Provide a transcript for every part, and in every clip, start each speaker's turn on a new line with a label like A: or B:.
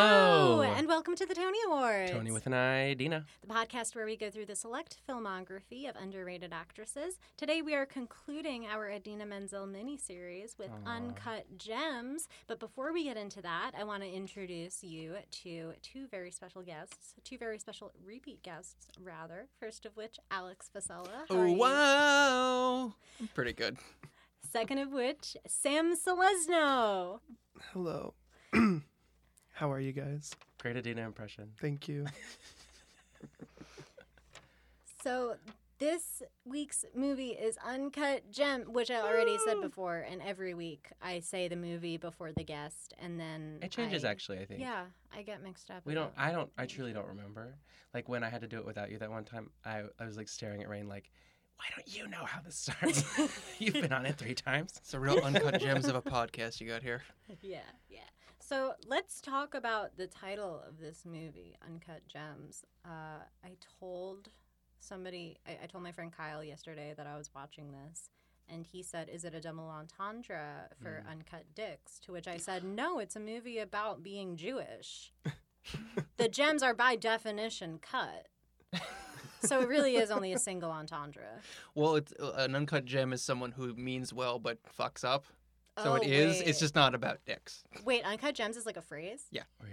A: Hello.
B: and welcome to the Tony Awards.
A: Tony with an I, Dina.
B: the podcast where we go through the select filmography of underrated actresses. Today we are concluding our Adina Menzel miniseries with
A: Aw.
B: Uncut Gems. But before we get into that, I want to introduce you to two very special guests, two very special repeat guests, rather. First of which, Alex Fasella. How are
C: Oh
B: you?
C: wow! Pretty good.
B: Second of which, Sam Selesno.
D: Hello. How are you guys?
A: Great Adina impression.
D: Thank you.
B: So this week's movie is Uncut Gem, which I already said before. And every week I say the movie before the guest, and then
A: It changes
B: I-
A: actually, I think.
B: Yeah, I get mixed up.
A: We don't
B: about-
A: I don't I truly don't remember. Like when I had to do it without you that one time, I, I was like staring at Rain like, why don't you know how this starts? You've been on it three times.
C: It's a real uncut gems of a podcast you got here.
B: yeah, yeah. So let's talk about the title of this movie, Uncut Gems. Uh, I told somebody, I, I told my friend Kyle yesterday that I was watching this, and he said, Is it a double entendre for
C: Mm.
B: Uncut Dicks? To which I said, No, it's a movie about being Jewish. the gems are by definition cut. So it really is only a single entendre.
C: Well, it's, uh, an uncut gem is someone who means well but fucks up. So it
B: Oh,
C: is.
B: wait.
C: It's just not about dicks.
B: Wait, Uncut Gems is like a phrase?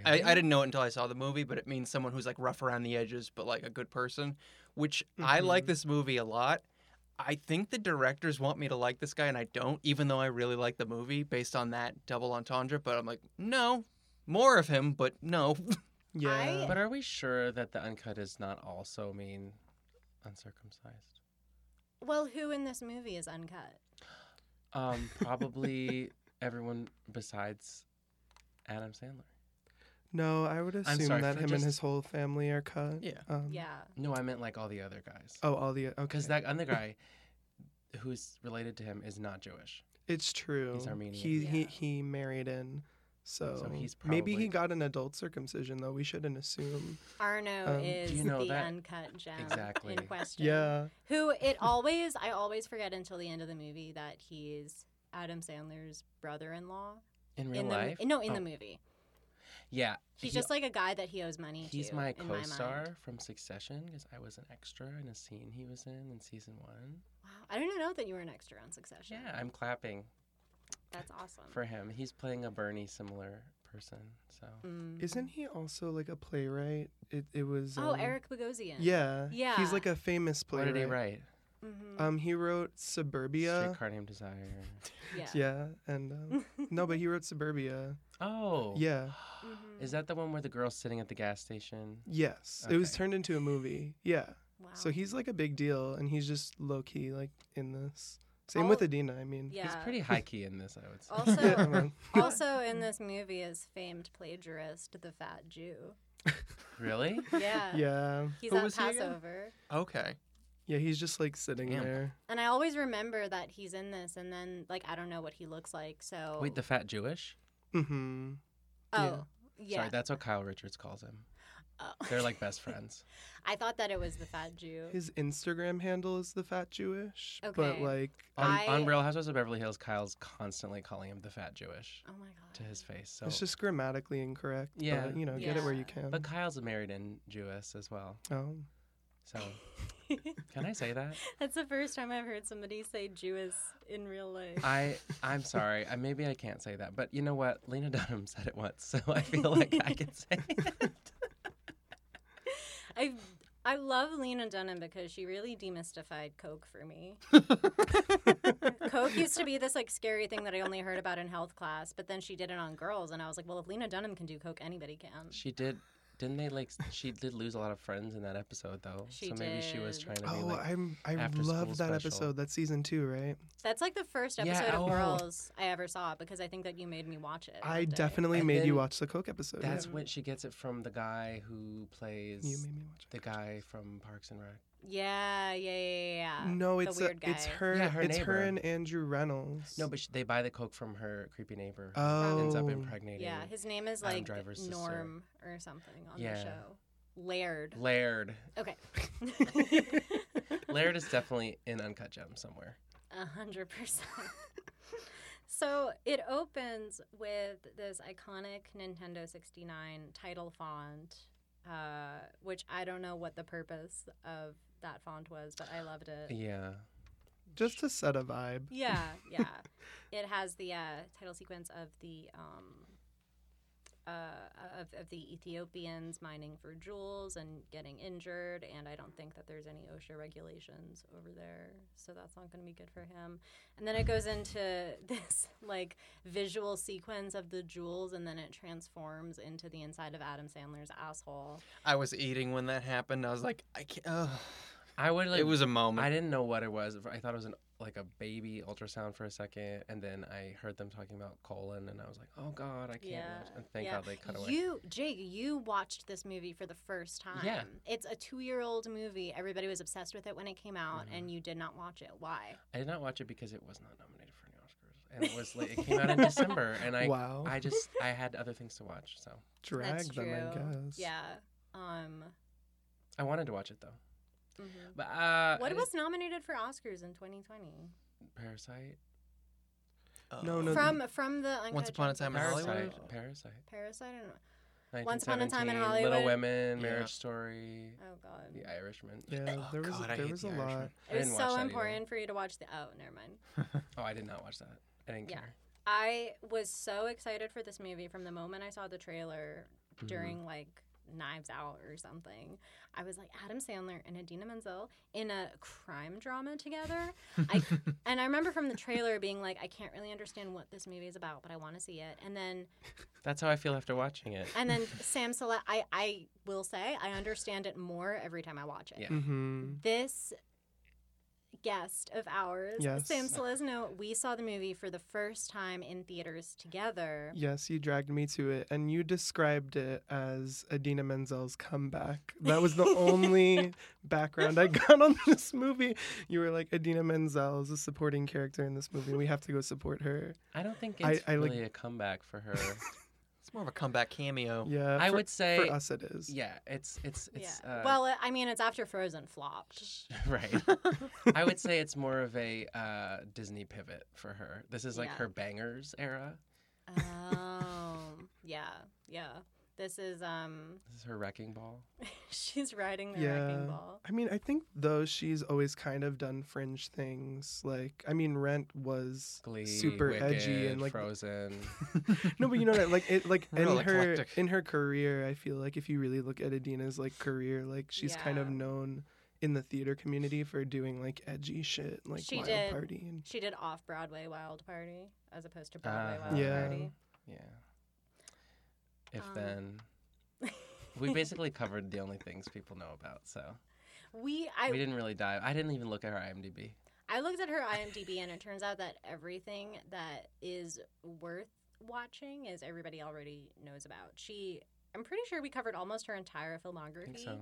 C: I, I didn't know it until I saw the movie, but it means someone who's like rough around the edges but like a good person. Which I like
D: Mhm.
C: this movie a lot. I think the directors want me to like this guy, and I don't, even though I really like the movie based on that double entendre. But I'm like, no, more of him, but no.
D: Yeah.
B: I-
A: But are we sure that the uncut is not also mean uncircumcised?
B: Well, who in this movie is uncut?
A: Um, probably everyone besides Adam Sandler.
D: No, I would assume
A: sorry
D: that
A: for
D: him and
A: just-
D: his whole family are cut.
C: Yeah.
D: Um,
B: Yeah.
A: No, I meant like all the other guys.
D: Oh, all the okay.
A: Because that other guy who's related to him is not Jewish.
D: it's true.
A: He's Armenian.
D: He he
B: Yeah.
D: he married in. So,
A: he's
D: maybe
A: probably-
D: he got an adult circumcision though. We shouldn't assume.
B: Arno
D: Um,
B: is
A: you know
B: the
A: that-
B: uncut gem
A: Exactly.
B: in question.
D: Yeah.
B: Who it always I always forget until the end of the movie that he's Adam Sandler's brother-in-law
A: In real
B: in the
A: life?
B: no in
A: Oh.
B: the movie.
A: Yeah.
B: He's
A: he-
B: just like a guy that he owes money
A: He's
B: to.
A: my
B: in
A: co-star
B: mind.
A: from Succession because I was an extra in a scene he was in in season one.
B: Wow, I didn't know that you were an extra on Succession.
A: Yeah, I'm clapping
B: that's awesome.
A: for him. He's playing a Bernie similar person. So
B: Mm.
D: Isn't he also like a playwright? It it was.
B: oh
D: um,
B: Eric Bogosian?
D: Yeah.
B: Yeah.
D: He's like a famous
A: what
D: playwright.
A: did he write?
B: hmm
D: Um, he wrote Suburbia.
A: Streetcar Named Desire.
B: yeah.
D: Yeah, and um, no, but he wrote Suburbia.
A: Oh,
D: Yeah.
B: Mhm.
A: Is that the one where the girl's sitting at the gas station?
D: Yes, it was
A: Okay.
D: turned into a movie. Yeah.
B: wow.
D: So he's like a big deal, and he's just low key like in this. Same
B: All-
D: with Adina. I mean,
B: Oh, yeah.
A: He's pretty high key in this, I would say.
B: Also-
D: Yeah, well,
B: also in this movie is famed plagiarist the fat Jew.
A: really?
B: Yeah.
D: yeah,
B: He's
C: Who
B: at
C: was he again?
B: Passover.
C: okay.
D: yeah. He's just like sitting
C: Damn.
D: there.
B: And I always remember that he's in this, and then like I don't know what he looks like. So
A: Wait, the fat Jewish?
D: Mm-hmm.
B: oh yeah,
A: Sorry, that's what Kyle Richards calls him.
B: Oh.
A: They're like best friends.
B: I thought that it was the fat Jew.
D: His Instagram handle is the Fat Jewish, but
B: Okay.
D: like,
A: On,
B: I-
A: on Real Housewives of Beverly Hills, Kyle's constantly calling him the fat Jewish
B: oh my god,
A: to his face. So,
D: it's just grammatically incorrect.
A: Yeah.
D: but, you know, get it where
B: Yeah.
D: you can.
A: but Kyle's a married and Jewess as well.
D: oh,
A: So can I say that?
B: that's the first time I've heard somebody say Jew is in real life.
A: I I'm sorry. I, maybe I can't say that. But you know what? Lena Dunham said it once, so I feel like I can say it.
B: I I love Lena Dunham because she really demystified Coke for me. Coke used to be this like scary thing that I only heard about in health class, but then she did it on girls, and I was like, well, if Lena Dunham can do Coke, anybody can.
A: She did. Didn't they like? She did lose a lot of friends in that episode, though.
B: She
A: so maybe she was
B: did.
A: trying to be
D: oh,
A: like.
D: I'm I
A: after
D: love
A: school
D: that
A: special.
D: episode. That's season two, right?
B: That's like the first
A: Yeah,
B: episode
A: oh.
B: of Girls I ever saw because I think that you made me watch it.
D: I
B: that day.
D: definitely
A: And
D: made you
A: then
D: watch the Coke episode. yeah.
A: That's when she gets it from the guy who plays
D: You made me watch.
A: the guy from Parks and Rec.
B: Yeah, yeah, yeah, yeah. yeah.
D: no,
B: the
D: it's a-
B: weird
D: it's
B: guy.
D: her.
A: Yeah, her
D: it's her
A: neighbor.
D: and Andrew Reynolds.
A: No, but she, they buy the coke from her creepy neighbor. who
D: oh,
A: Ends up impregnating.
B: Yeah, his name is
A: Adam
B: like
A: Driver's sister.
B: Norm or something on the
A: Yeah.
B: show. Laird.
A: Laird.
B: Okay.
A: Laird is definitely in Uncut Gem somewhere.
B: A hundred percent. So it opens with this iconic Nintendo 69 title font, uh, which I don't know what the purpose of that font was, but I loved it.
A: Yeah.
D: Just to set a vibe.
B: Yeah, yeah. it has the uh, title sequence of the um, uh, of, of the Ethiopians mining for jewels and getting injured, and I don't think that there's any OSHA regulations over there, so that's not going to be good for him. And then it goes into this like visual sequence of the jewels, and then it transforms into the inside of Adam Sandler's asshole.
C: I was eating when that happened. I was like, I can't. ugh.
A: I would like.
C: it was a moment.
A: I didn't know what it was. I thought it was an like a baby ultrasound for a second, and then I heard them talking about colon, and I was like, "Oh God, I can't!"
B: Yeah,
A: watch. And thank
B: yeah.
A: God they cut away.
B: You, Jake, you watched this movie for the first time.
A: Yeah.
B: It's a two year old movie. Everybody was obsessed with it when it came out,
A: Mhm.
B: and you did not watch it. Why?
A: I did not watch it because it was not nominated for any Oscars, and it was like it came out in December, and I
D: wow.
A: I just I had other things to watch, so
D: Drag
B: That's
D: them, I
B: true.
D: guess.
B: Yeah. Um,
A: I wanted to watch it though.
B: mhm.
A: But uh,
B: What
A: I
B: was nominated for Oscars in 2020?
A: didn't- Parasite?
D: Oh, No, no,
B: From from the Uncut
C: Oh, Once Upon a
B: Gems
C: Time in
B: episode.
A: Parasite.
C: Hollywood?
A: Parasite.
B: Parasite. I don't
A: 1917,
B: know. Once Upon a Time in
A: Little
B: Hollywood.
A: Women,
C: Yeah.
A: Marriage Story,
B: Oh God.
A: The Irishman.
D: Yeah,
C: Oh,
D: there was
C: God, I
D: there
C: hate
D: was
C: The
D: a lot.
C: Irishman.
A: I
B: It was
A: didn't watch
B: so
A: that either.
B: important for you to watch the. Oh, never mind.
A: Oh, I did not watch that. I didn't
B: Yeah.
A: care.
B: I was so excited for this movie from the moment I saw the trailer
A: Mhm.
B: during like Knives Out or something. I was like Adam Sandler and Adina Menzel in a crime drama together. I and I remember from the trailer being like, I can't really understand what this movie is about, but I want to see it. And then
A: That's how I feel after watching it.
B: and then Sam Select, I I will say I understand it more every time I watch it.
A: Yeah.
D: Mm-hmm.
B: This guest of ours,
D: Yes.
B: Sam Selesno, we saw the movie for the first time in theaters together.
D: Yes, you dragged me to it, and you described it as Adina Menzel's comeback. That was the only background I got on this movie. You were like, Adina Menzel is a supporting character in this movie. We have to go support her.
A: I don't think
D: I-
A: it's
D: I, like-
A: really a comeback for her.
C: It's more of a comeback cameo.
D: Yeah,
A: I
D: for,
A: would say,
D: for us it is.
A: yeah, it's it's it's.
B: yeah.
A: Uh,
B: well, I- I mean, it's after Frozen flopped.
A: right. I would say it's more of a uh, Disney pivot for her. This is like
B: Yeah.
A: her bangers era.
B: Oh, yeah, yeah. This is um,
A: This is her wrecking ball.
B: she's riding the
D: Yeah.
B: wrecking ball.
D: I mean, I think though she's always kind of done fringe things. Like, I mean, Rent was
A: Glee,
D: super edgy
A: Wicked,
D: and like
A: Frozen.
D: No, but you know that, like, it, like
C: Real
D: in her
C: eclectic.
D: in her career, I feel like if you really look at Adina's like career, like she's kind of
B: Yeah.
D: known in the theater community for doing like edgy shit, like
B: She
D: Wild
B: did.
D: Party, and
B: She did off Broadway Wild Party as opposed to Broadway
A: Uh-huh.
B: Wild
D: Yeah.
B: Party.
A: Yeah. If
B: Um,
A: then. we basically covered the only things people know about, so
B: We I
A: we didn't really dive. I didn't even look at her IMDb.
B: I looked at her IMDb and it turns out that everything that is worth watching is everybody already knows about. She I'm pretty sure we covered almost her entire
A: I think
B: filmography
A: so.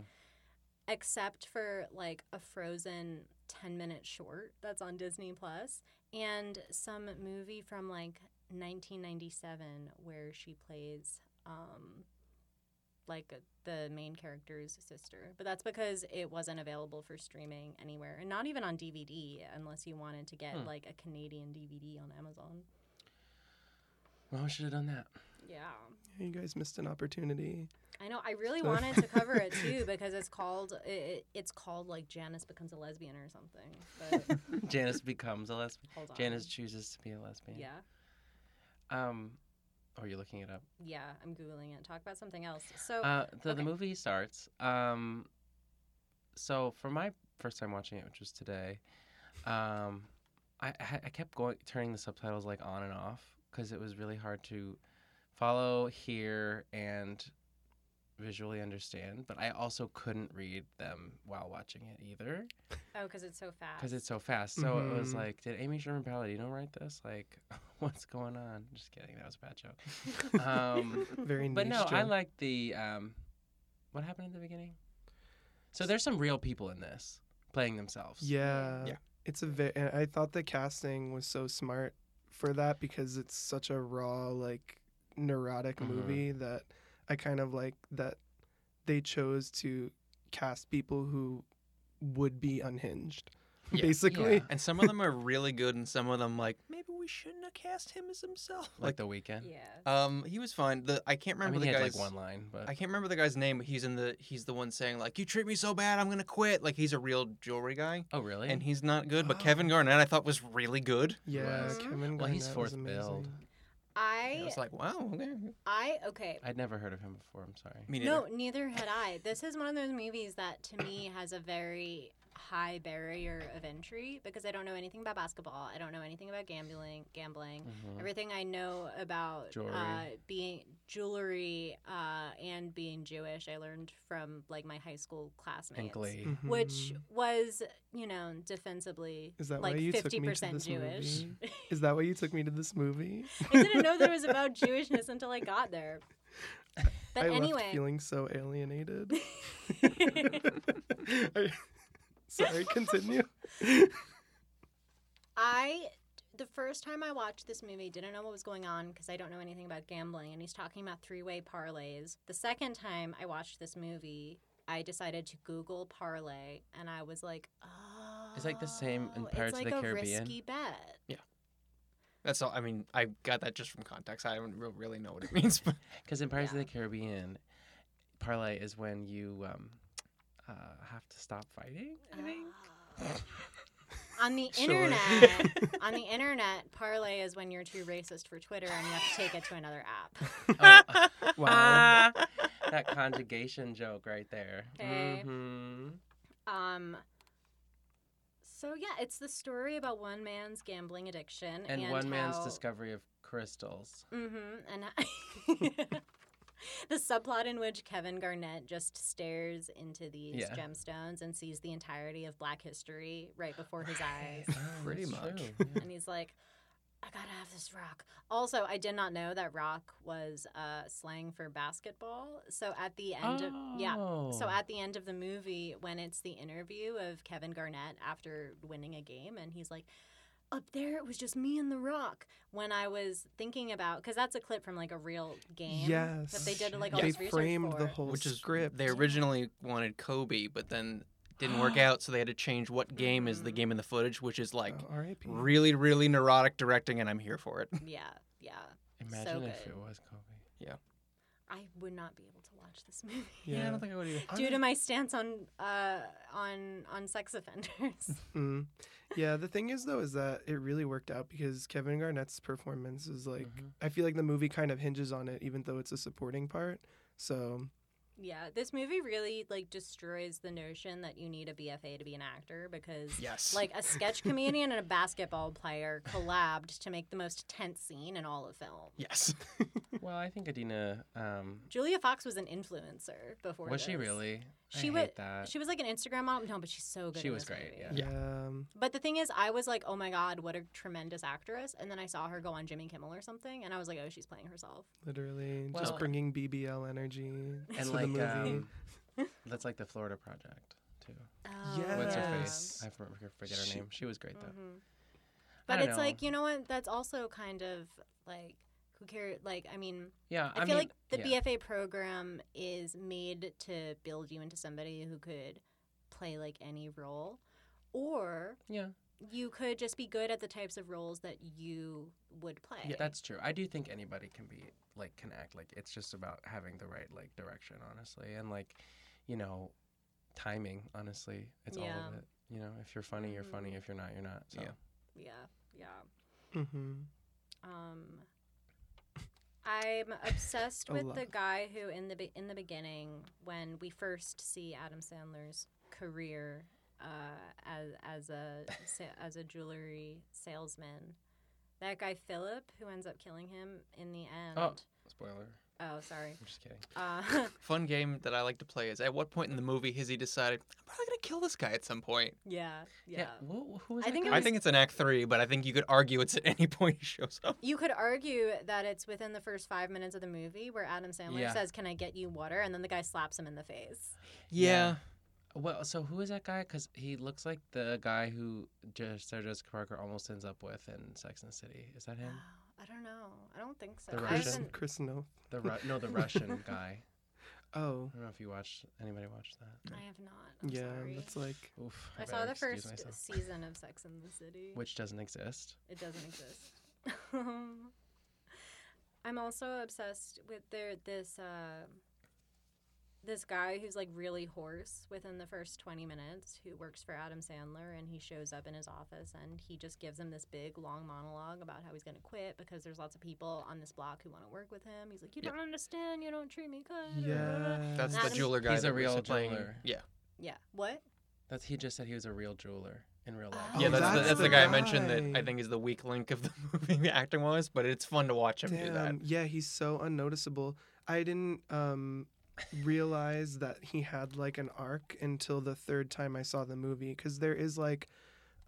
B: except for like a frozen 10 minute short that's on Disney Plus and some movie from like 1997 where she plays um like the main character's sister. But that's because it wasn't available for streaming anywhere and not even on DVD unless you wanted to get
A: Hmm.
B: like a Canadian DVD on Amazon.
A: Well, we should have done that.
B: Yeah.
D: yeah, you guys missed an opportunity.
B: I know. I really
D: So-
B: wanted to cover it too because it's called i i it's called like Janice becomes a lesbian or something. But
A: Janice becomes a lesbian.
B: hold on.
A: Janice chooses to be a lesbian.
B: Yeah,
A: Um, oh, you're looking it up.
B: yeah. I'm googling it. Talk about something else. So
A: Uh, so
B: Oh, okay.
A: the movie starts. Um, so for my first time watching it, which was today, um, I I I kept going turning the subtitles like on and off because it was really hard to follow, hear, and visually understand. But I also couldn't read them while watching it either
B: oh, because it's so fast.
A: because it's so fast. So it was
D: Mhm.
A: like, did Amy Sherman Palladino write this? Like, what's going on? Just kidding. That was a bad joke. Um,
D: Very
A: but
D: niche
A: no, I
D: joke.
A: like the um, what happened in the beginning. So there's some real people in this playing themselves.
D: Yeah,
C: Yeah.
D: It's a ve- and I thought the casting was so smart for that because it's such a raw, like neurotic
A: Mhm.
D: movie that I kind of like that they chose to cast people who would be unhinged.
C: Yeah.
D: basically.
A: Yeah.
C: And some of them are really good, and some of them like maybe we shouldn't have cast him as himself.
A: like
C: Like,
A: the weekend.
B: Yeah.
C: um, he was fine. The I can't
A: I
C: remember
A: mean, he
C: the
A: had
C: guy's
A: like one line, but
C: I can't remember the guy's name, but he's in the he's the one saying like you treat me so bad, I'm gonna quit. Like he's a real jewelry guy,
A: oh really?
C: and he's not good. But
D: Oh.
C: Kevin Garnett, I thought was really good.
D: Yeah,
B: was.
D: Kevin
A: Well, he's
D: Garnett was
A: fourth billed.
D: amazing.
C: I
B: I
C: was like, wow, okay.
B: I okay.
A: I'd never heard of him before. I'm sorry.
C: Me neither.
B: No, neither had I. This is one of those movies that to me has a very high barrier of entry because I don't know anything about basketball. I don't know anything about gambling. Gambling.
A: Mhm.
B: Everything I know about
A: Jewelry.
B: Uh, being jewelry uh, and being Jewish, I learned from like my high school classmates,
A: And Glee. Mm-hmm.
B: which
D: Mhm.
B: was you know defensibly
D: Is that why
B: like
D: you took me to
B: percent
D: this
B: Jewish.
D: movie? is that why you took me to this movie?
B: I didn't know that it was about Jewishness until I got there. But
D: I left
B: anyway,
D: feeling so alienated. I- Sorry, continue.
B: I the first time I watched this movie didn't know what was going on because I don't know anything about gambling and he's talking about three-way parlays. The second time I watched this movie, I decided to Google parlay and I was like, "Oh,
A: It's like the same in
B: it's
A: Pirates of
B: like
A: the
B: a
A: Caribbean.
B: risky bet."
C: That's all. I mean, I got that just from context. I don't re- really know what it means, but
A: Because in Pirates
B: Yeah.
A: of the Caribbean, parlay is when you um, uh, have to stop fighting. I think.
B: Ah. on the
D: Sure.
B: internet, on the internet, parlay is when you're too racist for Twitter and you have to take it to another app. uh,
A: Oh,
D: Wow.
A: that conjugation joke right there.
B: Okay.
A: hmm
B: Um. So yeah, it's the story about one man's gambling addiction
A: And, one man's
B: how-
A: discovery of crystals.
B: Mhm, and the subplot in which Kevin Garnett just stares into these
A: Yeah.
B: gemstones and sees the entirety of Black history right before his eyes,
C: Pretty
A: Oh, that's
C: much.
A: true, yeah.
B: and he's like. I gotta have this rock. Also, I did not know that rock was uh, slang for basketball. So at the end of yeah, So
A: Oh.
B: at the end of the movie, when it's the interview of Kevin Garnett after winning a game, and he's like, "Up there, it was just me and the Rock." When I was thinking about, because that's a clip from like a real game
D: yes.
B: that they did like all
D: they
B: this research
D: framed
B: for.
D: the whole
C: which is
D: script. Oh,
C: they originally wanted Kobe, but then didn't work out, so they had to change what game is the game in the footage, which is like
D: Oh, R.I.P.
C: really, really neurotic directing, and I'm here for it.
B: Yeah, yeah.
A: Imagine if
B: good.
A: it was Kobe.
B: I would not be able to watch this movie
D: Yeah.
C: I don't think I would either.
B: due to my stance on uh, on on sex offenders.
D: Mm. Yeah, the thing is though is that it really worked out because Kevin Garnett's performance is like
A: Mhm.
D: I feel like the movie kind of hinges on it even though it's a supporting part. So,
B: yeah, this movie really like destroys the notion that you need a BFA to be an actor because
C: Yes.
B: Like a sketch comedian and a basketball player collabed to make the most tense scene in all of film.
C: yes.
A: Well, I think Adina. Um,
B: Julia Fox was an influencer before.
A: was she
B: this.
A: really?
B: She
A: I
B: wa-
A: hate that.
B: She was like an Instagram model. No, but she's so good.
A: She
B: in
A: was
B: this
A: great,
B: movie.
A: yeah.
D: yeah.
C: Yeah.
D: um,
B: But the thing is, I was like, oh my god, what a tremendous actress! And then I saw her go on Jimmy Kimmel or something, and I was like, oh, she's playing herself.
D: literally
A: Well-
D: just bringing BBL energy to
A: and
D: the
A: like
D: movie.
A: um, that's like the Florida Project too. What's her face? I for- forget her
D: She-
A: name. She was great though.
B: Mhm.
A: I
B: But
A: don't
B: it's
A: know.
B: like you know what? That's also kind of like who cares? Like I mean.
A: Yeah,
B: I,
A: I,
B: feel
A: mean,
B: like the
A: yeah.
B: BFA program is made to build you into somebody who could play like any role, or
A: Yeah,
B: you could just be good at the types of roles that you would play.
A: yeah, that's true. I do think anybody can be like can act like it's just about having the right like direction, honestly, and like you know, timing. Honestly, it's all of
B: Yeah. Mm.
A: it. You know, if you're funny, you're funny. If you're not, you're not. So.
C: Yeah.
B: yeah, yeah.
D: Mhm.
B: Um, I'm obsessed
D: A
B: with
D: lot.
B: the guy who in the be- in the beginning when we first see Adam Sandler's career uh, as as a sa- as a jewelry salesman. That guy Philip, who ends up killing him in the end.
A: Oh. Spoiler.
B: Oh, sorry.
A: I'm just kidding.
B: Uh,
C: Fun game that I like to play is at what point in the movie has he decided I'm probably gonna kill this guy at some point?
B: yeah, yeah.
A: Who, who was
B: I
A: that
B: think it
A: guy?
C: I think it's in Act Three, but I think you could argue it's at any point he shows up.
B: You could argue that it's within the first five minutes of the movie where Adam Sandler
A: Yeah.
B: says, "Can I get you water?" and then the guy slaps him in the face.
A: Yeah. Well, so who is that guy? Because he looks like the guy who J- Sarah Jessica Parker almost ends up with in Sex and the City. Is that him?
B: Oh, I don't know. I don't think so.
A: The
B: I
A: Russian?
D: Chris,
B: haven't-
D: Chris Noth.
A: The Ru- no, the Russian guy.
D: Oh,
A: I don't know if you watched anybody watched that.
B: I have not. I'm
D: yeah,
B: sorry.
D: that's like
A: Oof.
B: I saw
A: better
B: the
A: excuse
B: first
A: myself.
B: season of Sex in the City.
A: which doesn't exist.
B: It doesn't exist. Um, I'm also obsessed with there this uh, this guy who's like really hoarse within the first 20 minutes who works for Adam Sandler and he shows up in his office and he just gives him this big long monologue about how he's going to quit because there's lots of people on this block who want to work with him. He's like, "You
C: Yeah.
B: don't understand. You don't treat me good."
D: yeah.
C: That's
B: Adam-
C: the jeweler guy.
A: He's a
C: that we
A: real
C: said playing-
A: jeweler.
C: Yeah.
B: Yeah. What?
A: That's he just said he was a real jeweler in real life.
B: Oh,
C: yeah, that's, the,
B: that's
C: that's the
B: the
C: guy I mentioned that
D: guy.
C: I think is the weak link of the movie acting wise, but it's fun to watch him do that.
D: Damn. Yeah, he's so unnoticeable. I didn't um, realize that he had like an arc until the third time I saw the movie because there is like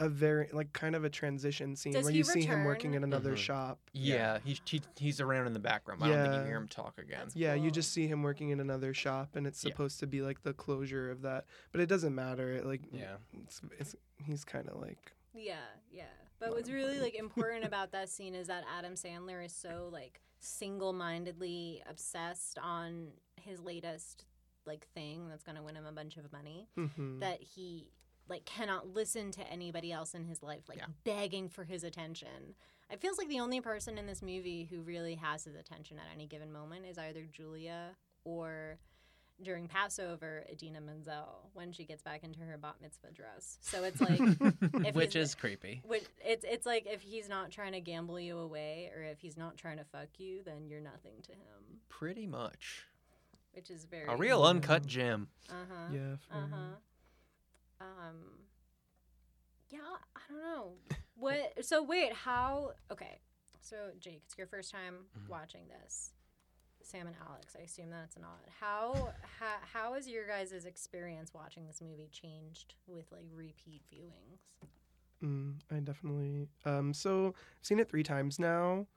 D: a very like kind of a transition scene
B: Does
D: where
B: he
D: you see him working
B: return?
D: in another
A: Mhm.
D: shop.
A: Yeah.
C: Yeah, he's he, he's around in the background. but I don't think you
D: Yeah.
C: hear him talk again.
B: That's
D: Yeah, you
B: Cool.
D: just see him working in another shop, and it's
C: Yeah.
D: supposed to be like the closure of that, but it doesn't matter. It like
A: Yeah.
D: it's, it's he's kind of like
B: Yeah, yeah. But what's really like important about that scene is that Adam Sandler is so like single-mindedly obsessed on his latest like thing that's going to win him a bunch of money
D: mhm.
A: Mm-hmm.
B: that he like cannot listen to anybody else in his life like
C: Yeah.
B: begging for his attention. It feels like the only person in this movie who really has his attention at any given moment is either Julia or during Passover, Adina Menzel when she gets back into her bat mitzvah dress. So it's like if
A: Which
B: he's-
A: is creepy.
B: which it's it's like if he's not trying to gamble you away or if he's not trying to fuck you, then you're nothing to him.
C: Pretty much
B: Which is very
C: a real uncut gem.
B: Uh huh.
D: yeah. for-
B: Uh huh. Um. Yeah, I don't know. What? So wait, how? Okay. So Jake, it's your first time
A: Mhm.
B: watching this. Sam and Alex, I assume that's an odd. How how how has your guys' experience watching this movie changed with like repeat viewings?
D: Mm, I definitely. Um, so I've seen it three times now.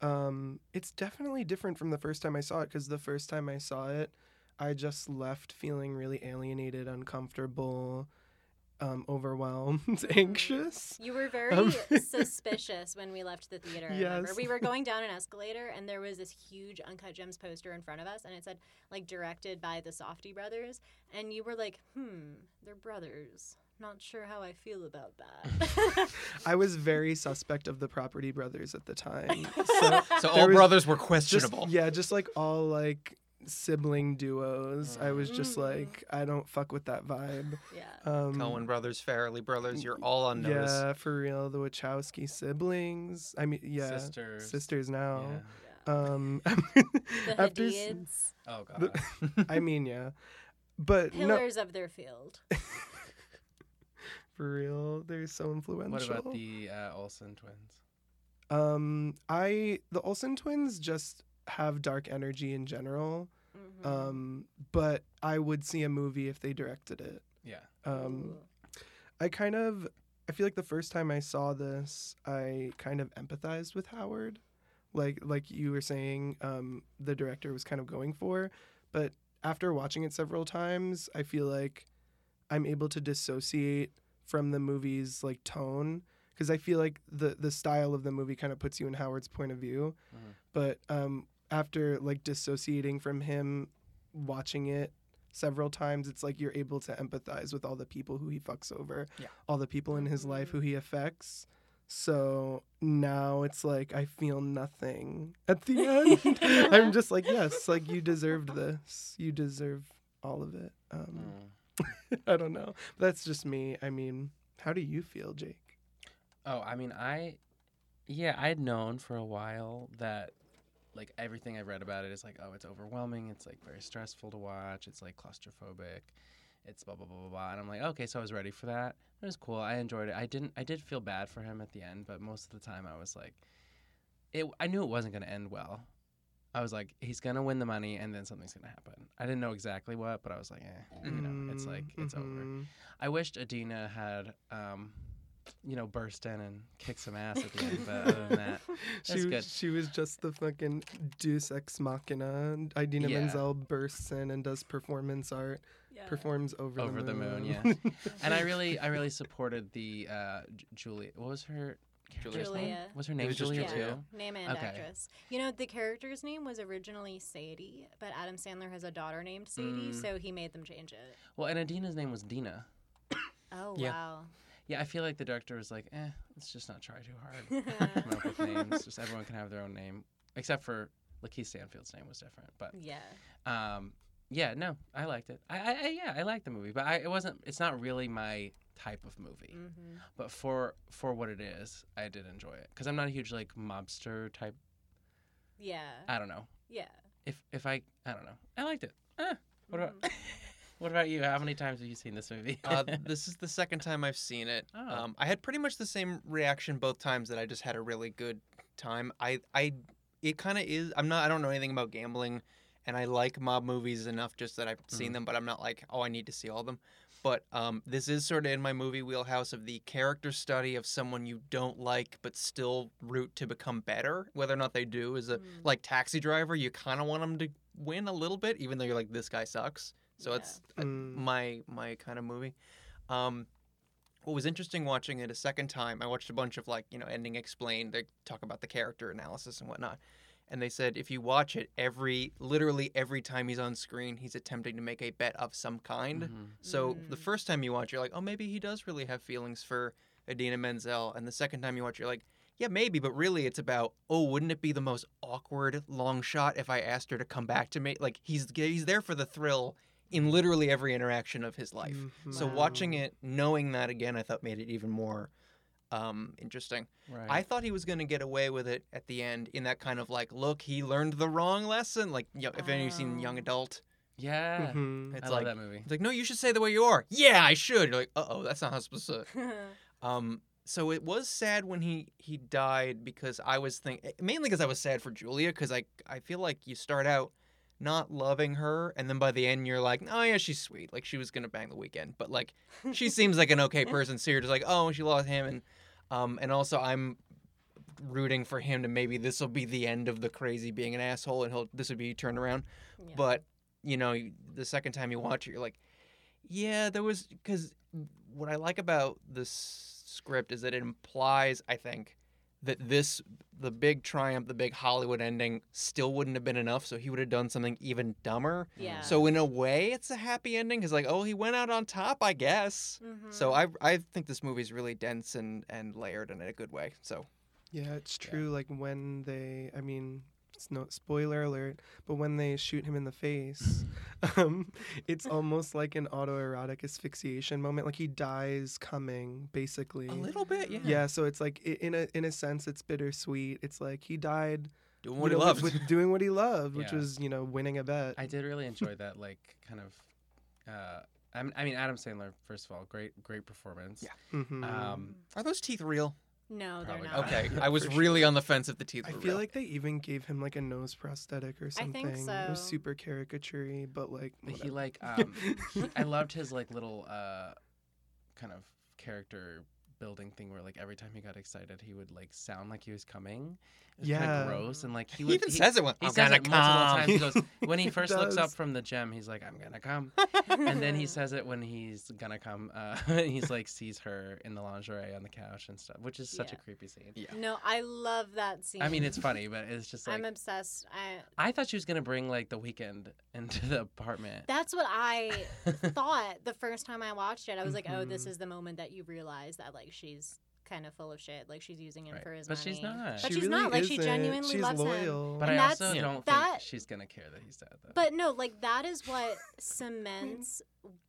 D: Um, it's definitely different from the first time I saw it because the first time I saw it, I just left feeling really alienated, uncomfortable, um, overwhelmed, anxious.
B: You were very
D: Um,
B: suspicious when we left the theater. I remember
D: Yes.
B: we were going down an escalator, and there was this huge Uncut Gems poster in front of us, and it said like directed by the Softy Brothers, and you were like, "Hmm, they're brothers. Not sure how I feel about that."
D: I was very suspect of the Property Brothers at the time. So
C: So
D: There
C: all
D: was
C: brothers were
D: just
C: questionable.
D: yeah, just like all like sibling duos. I was just
B: Mm.
D: like, I don't fuck with that vibe.
B: yeah.
D: Um,
C: Cohen brothers, Farrelly brothers, you're all on notice.
D: Yeah, for real. The Wachowski siblings. I mean, yeah, sisters,
A: Sisters.
D: now.
A: Yeah.
B: yeah.
D: Um,
B: The
D: after s-
B: Hadids,
A: Oh god.
D: The- I mean, yeah, but no,
B: pillars of their field.
D: for real, they're so influential.
A: what about the uh, Olsen twins?
D: Um, I the Olsen twins just have dark energy in general.
B: Mhm.
D: Um, but I would see a movie if they directed it.
A: Yeah.
D: Um,
B: Ooh.
D: I kind of I feel like the first time I saw this, I kind of empathized with Howard. Like like you were saying, um, the director was kind of going for. But after watching it several times, I feel like I'm able to dissociate from the movie's like tone because I feel like the the style of the movie kind of puts you in Howard's point of view.
A: Mhm.
D: But um, after like dissociating from him, watching it several times, it's like you're able to empathize with all the people who he fucks over,
C: Yeah.
D: all the people in his life who he affects. So now it's like I feel nothing at the end. I'm just like, yes, like you deserved this. You deserve all of it. Um,
A: Mm.
D: I don't know. That's just me. I mean, how do you feel, Jake?
A: Oh, I mean, I, yeah, I had known for a while that, like, everything I read about it is like, oh, it's overwhelming. It's like very stressful to watch. It's like claustrophobic. It's blah blah blah blah blah. And I'm like, okay, so I was ready for that. It was cool. I enjoyed it. I didn't. I did feel bad for him at the end, but most of the time I was like, it. I knew it wasn't gonna end well. I was like, he's gonna win the money, and then something's gonna happen. I didn't know exactly what, but I was like, eh, you know, it's
D: Mm,
A: like it's over.
D: mhm.
A: I wished Adina had, um, you know, burst in and kick some ass at the end. But other than that,
D: She
A: That's
D: was,
A: good.
D: she was just the fucking deus ex machina. Idina
A: Yeah.
D: Menzel bursts in and does performance art,
B: yeah.
D: performs over,
A: Over
D: the
A: the
D: moon.
A: Moon, yeah. and I really, I really supported the uh, J- Julia. What was her? character's
B: Julia.
A: name? Was her name
C: was just
A: Julia
B: Julia.
A: too?
B: Name and
A: Okay.
B: actress. You know, the character's name was originally Sadie, but Adam Sandler has a daughter named Sadie,
C: Mm.
B: so he made them change it.
A: Well, and Adina's name was Dina.
B: Oh,
C: Yeah.
B: wow.
A: Yeah, I feel like the director was like, eh, let's just not try too hard. Come up with names. Just everyone can have their own name, except for Lakeith Stanfield's name was different. But
B: yeah.
A: um, yeah, no, I liked it. I, I, I yeah, I liked the movie, but I, it wasn't. It's not really my type of movie.
B: hmm
A: But for for what it is, I did enjoy it because I'm not a huge like mobster type.
B: Yeah.
A: I don't know
B: yeah.
A: if if I I don't know. I liked it. Eh. What about what about you? How many times have you seen this movie?
C: uh, this is the second time I've seen it.
A: Oh.
C: Um, I had pretty much the same reaction both times that I just had a really good time. I, I, it kind of is. I'm not. I don't know anything about gambling, and I like mob movies enough just that I've seen them, but I'm not like, oh, I need to see all of them. But um, this is sort of in my movie wheelhouse of the character study of someone you don't like but still root to become better. Whether or not they do is a
B: Mm.
C: like Taxi Driver. You kind of want them to win a little bit, even though you're like, this guy sucks. So
B: Yeah.
C: it's
D: Mm.
C: my my kind of movie. Um, what was interesting watching it a second time, I watched a bunch of like you know ending explained. They talk about the character analysis and whatnot, and they said if you watch it every literally every time he's on screen, he's attempting to make a bet of some kind.
A: Mhm.
C: So the
B: Mm.
C: first time you watch, you're like, oh, maybe he does really have feelings for Adina Menzel. And the second time you watch, you're like, yeah, maybe, but really it's about, oh, wouldn't it be the most awkward long shot if I asked her to come back to me? Like he's he's there for the thrill in literally every interaction of his life.
A: Mm,
D: Mhm.
C: So
B: Wow.
C: watching it, knowing that again, I thought made it even more um, interesting.
A: Right.
C: I thought he was going to get away with it at the end in that kind of like, look, he learned the wrong lesson. Like, you know, if any of you've seen
B: Oh.
C: Young Adult,
A: yeah.
D: Mhm.
A: I
C: Mm-hmm. it's
A: love
C: like
A: that movie.
C: it's like, no, you should say the way you are. Yeah, I should. You're like, uh oh, that's not how it's supposed to. Um, so it was sad when he he died because I was think eh, mainly because I was sad for Julia because I I feel like you start out not loving her and then by the end you're like, oh yeah, she's sweet. Like she was gonna bang the weekend, but like she seems like an okay person. So you're just like, oh, she lost him, and um, and also I'm rooting for him to maybe this will be the end of the crazy being an asshole and he'll this will be turned around
B: Yeah.
C: but you know you- the second time you watch it you're like yeah there was because what i like about this script is that it implies i think that this the big triumph the big hollywood ending still wouldn't have been enough so he would have done something even dumber
B: yeah.
C: so in a way it's a happy ending because like oh he went out on top i guess so
B: Mhm.
C: I, I think this movie's really dense and, and layered in a good way so
D: Yeah, it's
A: Yeah.
D: true. Like when they, I mean, it's no spoiler alert, but when they shoot him in the face, um, it's almost like an autoerotic asphyxiation moment. Like he dies coming, basically.
C: a little bit yeah,
D: Yeah, so it's like i- in a in a sense, it's bittersweet. It's like he died
C: doing
D: you
C: what he
D: know, with-
C: loved
D: with, doing what he loved, which
A: Yeah.
D: was you know winning a bet.
A: I did really enjoy that, like kind of. Uh, I mean- I mean, Adam Sandler. First of all, great, great performance.
C: Yeah.
D: Mhm.
A: Um,
C: are those teeth real
B: no, they're
A: Probably
B: not.
A: not.
C: okay
D: Yeah,
C: i was
D: for
C: really on the fence if the teeth
D: I
C: were
D: feel
C: real.
D: like they even gave him like a nose prosthetic or
B: think
D: something. It was
B: so.
D: super caricaturey, but like
A: But he
D: whatever.
A: like. Um, he- I loved his like little uh, kind of character building thing where like every time he got excited, he would like sound like he was coming. It was
D: Yeah.
A: Kind of gross and like he
C: He,
A: would.
C: even
A: he-
C: says it when "Oh,
A: he
C: I'm
A: says
C: gonna
A: it multiple times.
C: come.
A: He goes when he
D: He
A: first looks up
D: does.
A: from the gym. He's like, "I'm gonna come," and then he says it when he's gonna come. Uh, he's like sees her in the lingerie on the couch and stuff, which is such
B: Yeah.
A: a creepy scene.
C: Yeah.
B: No, I love that scene.
A: I mean, it's funny, but it's just like
B: I'm obsessed. I,
A: I thought she was gonna bring like the weekend into the apartment.
B: that's what I thought the first time I watched it. I was like, oh, this
A: Mm-hmm.
D: Mhm.
B: is the moment that you realize that like she's kind of full of shit. Like she's using him
A: Right.
B: for his
A: But
B: money.
A: she's not.
B: But she's not, like, she
D: isn't.
B: genuinely
D: she's
B: loves him.
D: loyal.
A: but
B: And
A: I
B: that's-
A: also
C: Yeah.
A: don't
B: that-
A: think she's gonna care that he's dead. Though.
B: But no, like that is what cements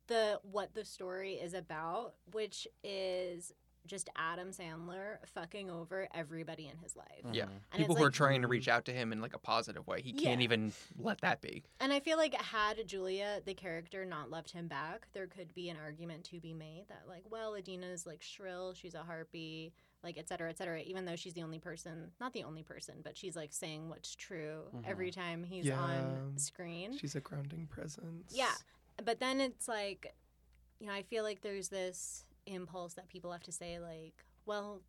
B: the what the story is about, which is just Adam Sandler fucking over everybody in his life.
A: Mhm.
C: Yeah.
B: And
C: People
B: it's
C: who are
B: like, mm.
C: trying to reach out to him in like a positive way, he can't
B: Yeah.
C: even let that be.
B: and I feel like had Julia, the character, not loved him back, there could be an argument to be made that like, well, Adina's like shrill, she's a harpy, like et cetera, et cetera. Even though she's the only person, not the only person, but she's like saying what's true every time he's on
D: Yeah.
B: screen.
D: She's a grounding presence.
B: Yeah. But then it's like, you know, I feel like there's this impulse that people have to say, like, well,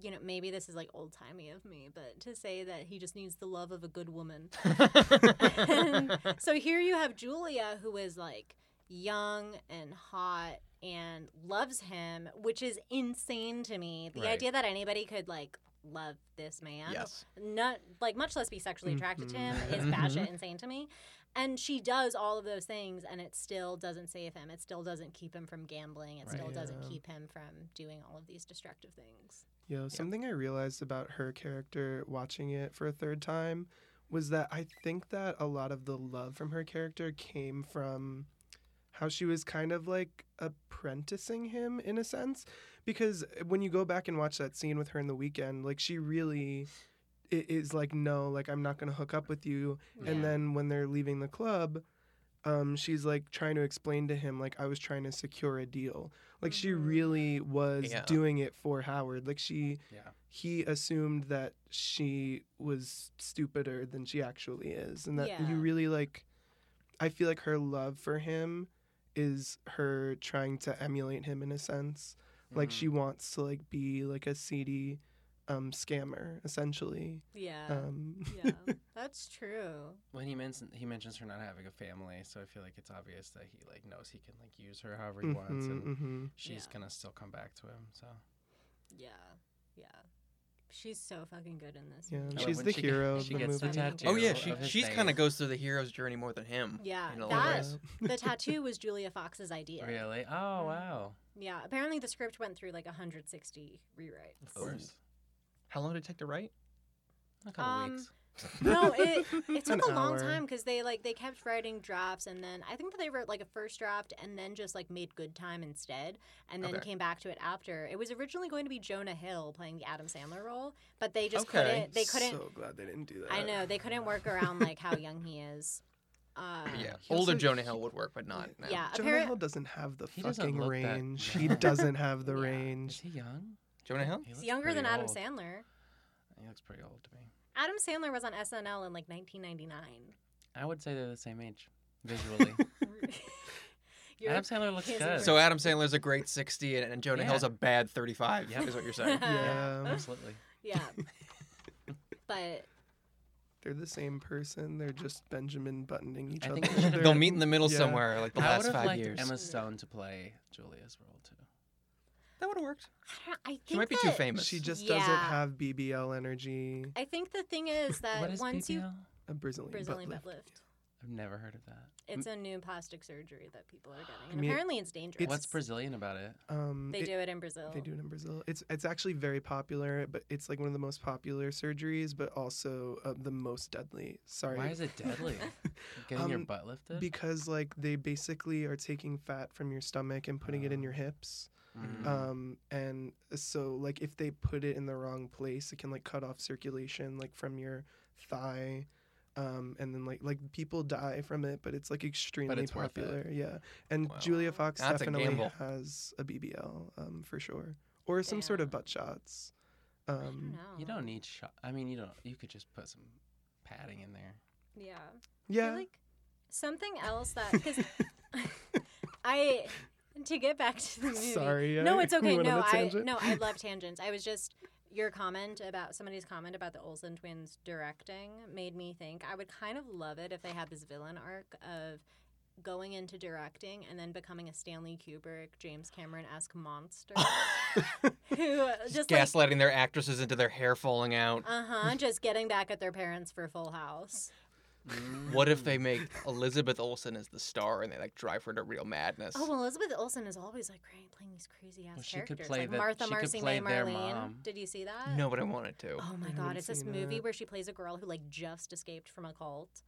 B: you know, maybe this is like old timey of me, but to say that he just needs the love of a good woman. so here you have Julia, who is like young and hot and loves him, which is insane to me. The
A: Right.
B: idea that anybody could like love this man,
C: Yes.
B: not like much less be sexually attracted to him, is
C: Mhm.
B: batshit insane to me. And she does all of those things, and it still doesn't save him. It still doesn't keep him from gambling. It
A: Right.
B: still doesn't
D: Yeah.
B: keep him from doing all of these destructive things.
D: Yo, something I realized about her character watching it for a third time was that I think that a lot of the love from her character came from how she was kind of like apprenticing him in a sense. Because when you go back and watch that scene with her in the weekend, like she really i- is like, no, like I'm not going to hook up with you.
B: Yeah.
D: And then when they're leaving the club, um, she's like trying to explain to him like I was trying to secure a deal. Like she
B: Mhm.
D: really was
C: Yeah.
D: doing it for Howard. Like she
A: Yeah.
D: he assumed that she was stupider than she actually is. And that
B: Yeah.
D: you really like I feel like her love for him is her trying to emulate him in a sense. Like
A: Mhm.
D: she wants to like be like a seedy um scammer essentially.
B: Yeah.
D: Um
B: yeah, that's true.
A: When he mentions he mentions her not having a family, so I feel like it's obvious that he like knows he can like use her however he wants,
D: mhm,
A: and
D: mhm.
A: she's
B: Yeah.
A: gonna still come back to him. So
B: Yeah, yeah. She's so fucking good in this.
D: Yeah,
B: movie.
A: like
D: she's
A: when
D: the
A: she get-
D: hero of
A: she
D: the
A: gets the
D: movie.
A: tattoo.
C: Oh yeah,
A: of
C: she
A: his
C: she's kind
A: face.
C: of goes through the hero's journey more than him.
B: Yeah,
C: in a lot
B: that
C: of ways.
B: the tattoo was Julia Fox's idea.
A: Really? Oh wow.
B: Yeah, apparently the script went through like 160 rewrites.
A: Of course.
C: How long did it take to write?
A: A couple
B: Um,
A: weeks.
B: No, it, it
D: An
B: took a long
D: hour.
B: time because they like they kept writing drafts and then I think that they wrote like a first draft and then just like made good time instead and then
C: Okay.
B: came back to it after. It was originally going to be Jonah Hill playing the Adam Sandler role, but they just
C: Okay.
B: couldn't. They couldn't.
D: So glad they didn't do that.
B: I know they couldn't work around like how young he is. Uh,
A: Mm.
C: Yeah,
D: He also-
C: older Jonah Hill would work, but not now.
B: Yeah,
D: Jonah
B: apparent-
D: Hill doesn't have the
A: He doesn't
D: fucking
A: look that
D: range.
A: young.
D: He doesn't have the
B: Yeah.
A: Is
D: range.
A: he young?
C: Jonah Hill.
A: He
B: he's
A: looks
B: younger
A: pretty
B: than Adam
A: old.
B: Sandler.
A: He looks pretty old to me.
B: Adam Sandler was on SNL in like 1999.
A: I would say they're the same age visually.
B: You're-
A: Adam Sandler looks
B: his
A: good.
B: impression.
C: So Adam Sandler's a great sixty, and, and Jonah
A: Yeah.
C: Hill's a bad thirty-five.
A: Yep.
C: Is what you're saying.
D: Yeah,
A: absolutely.
B: yeah. But
D: they're the same person. They're just Benjamin buttoning each
A: I
D: other.
A: think they should-
C: They'll meet in the middle
D: Yeah.
C: somewhere, like the
A: I would
C: last
A: have
C: five
A: liked
C: years.
A: Emma Stone to play Julia's role too.
C: That would have worked.
B: I don't I think
C: She might be too
B: that-
C: famous.
D: She just doesn't
B: Yeah.
D: have BBL energy.
B: I think the thing is that
A: what is
B: once you
A: BBL?
D: A Brazilian,
B: Brazilian
D: butt
B: butt
D: lift.
B: lift,
A: I've never heard of that.
B: it's a new plastic surgery that people are getting, and
D: mean,
B: apparently it's dangerous.
A: What's Brazilian about it?
D: Um,
B: They
D: it-
B: do it in Brazil.
D: They do it in Brazil. It's it's actually very popular, but it's like one of the most popular surgeries, but also uh, the most deadly. Sorry,
A: Why is it deadly? Getting your
D: Um,
A: butt lifted?
D: because like they basically are taking fat from your stomach and putting it in
A: Oh.
D: your hips.
A: Mm.
B: uh,
D: um and so like if they put it in the wrong place it can like cut off circulation like from your thigh um and then like like people die from it but it's like extremely
A: it's worth it.
D: popular yeah and
C: Wow.
D: julia fox
C: That's a
D: definitely
C: gamble.
D: has a bbl um for sure or some sort of butt shots
B: I don't
D: um
B: know.
A: you don't need shot. I mean, you don't. You could just put some padding in there.
B: Yeah. I
D: yeah
B: feel like something else that because I to get back to the movie.
D: sorry
B: No,
D: I
B: it's okay.
D: went on
B: No,
D: a
B: I
D: tangent.
B: no, I love tangents. I was just your comment about somebody's comment about the Olsen twins directing made me think I would kind of love it if they had this villain arc of going into directing and then becoming a Stanley Kubrick, James Cameron esque monster who just like,
C: gaslighting their actresses into their hair falling out.
B: uh huh, just getting back at their parents for Full House.
C: What if they make Elizabeth Olsen as the star and they like drive her to real madness?
B: Oh, well, Elizabeth Olsen is always like cra- playing these crazy ass
A: Well, she could
B: characters,
A: play
B: like
A: the-
B: Martha,
A: she could
B: Marcy,
A: play
B: May,
A: their
B: Marlene.
A: mom.
B: Did you see that?
C: no, but I wanted to.
B: Oh my
D: I
B: god,
D: haven't
B: it's this
D: seen
B: movie
D: that.
B: where she plays a girl who like just escaped from a cult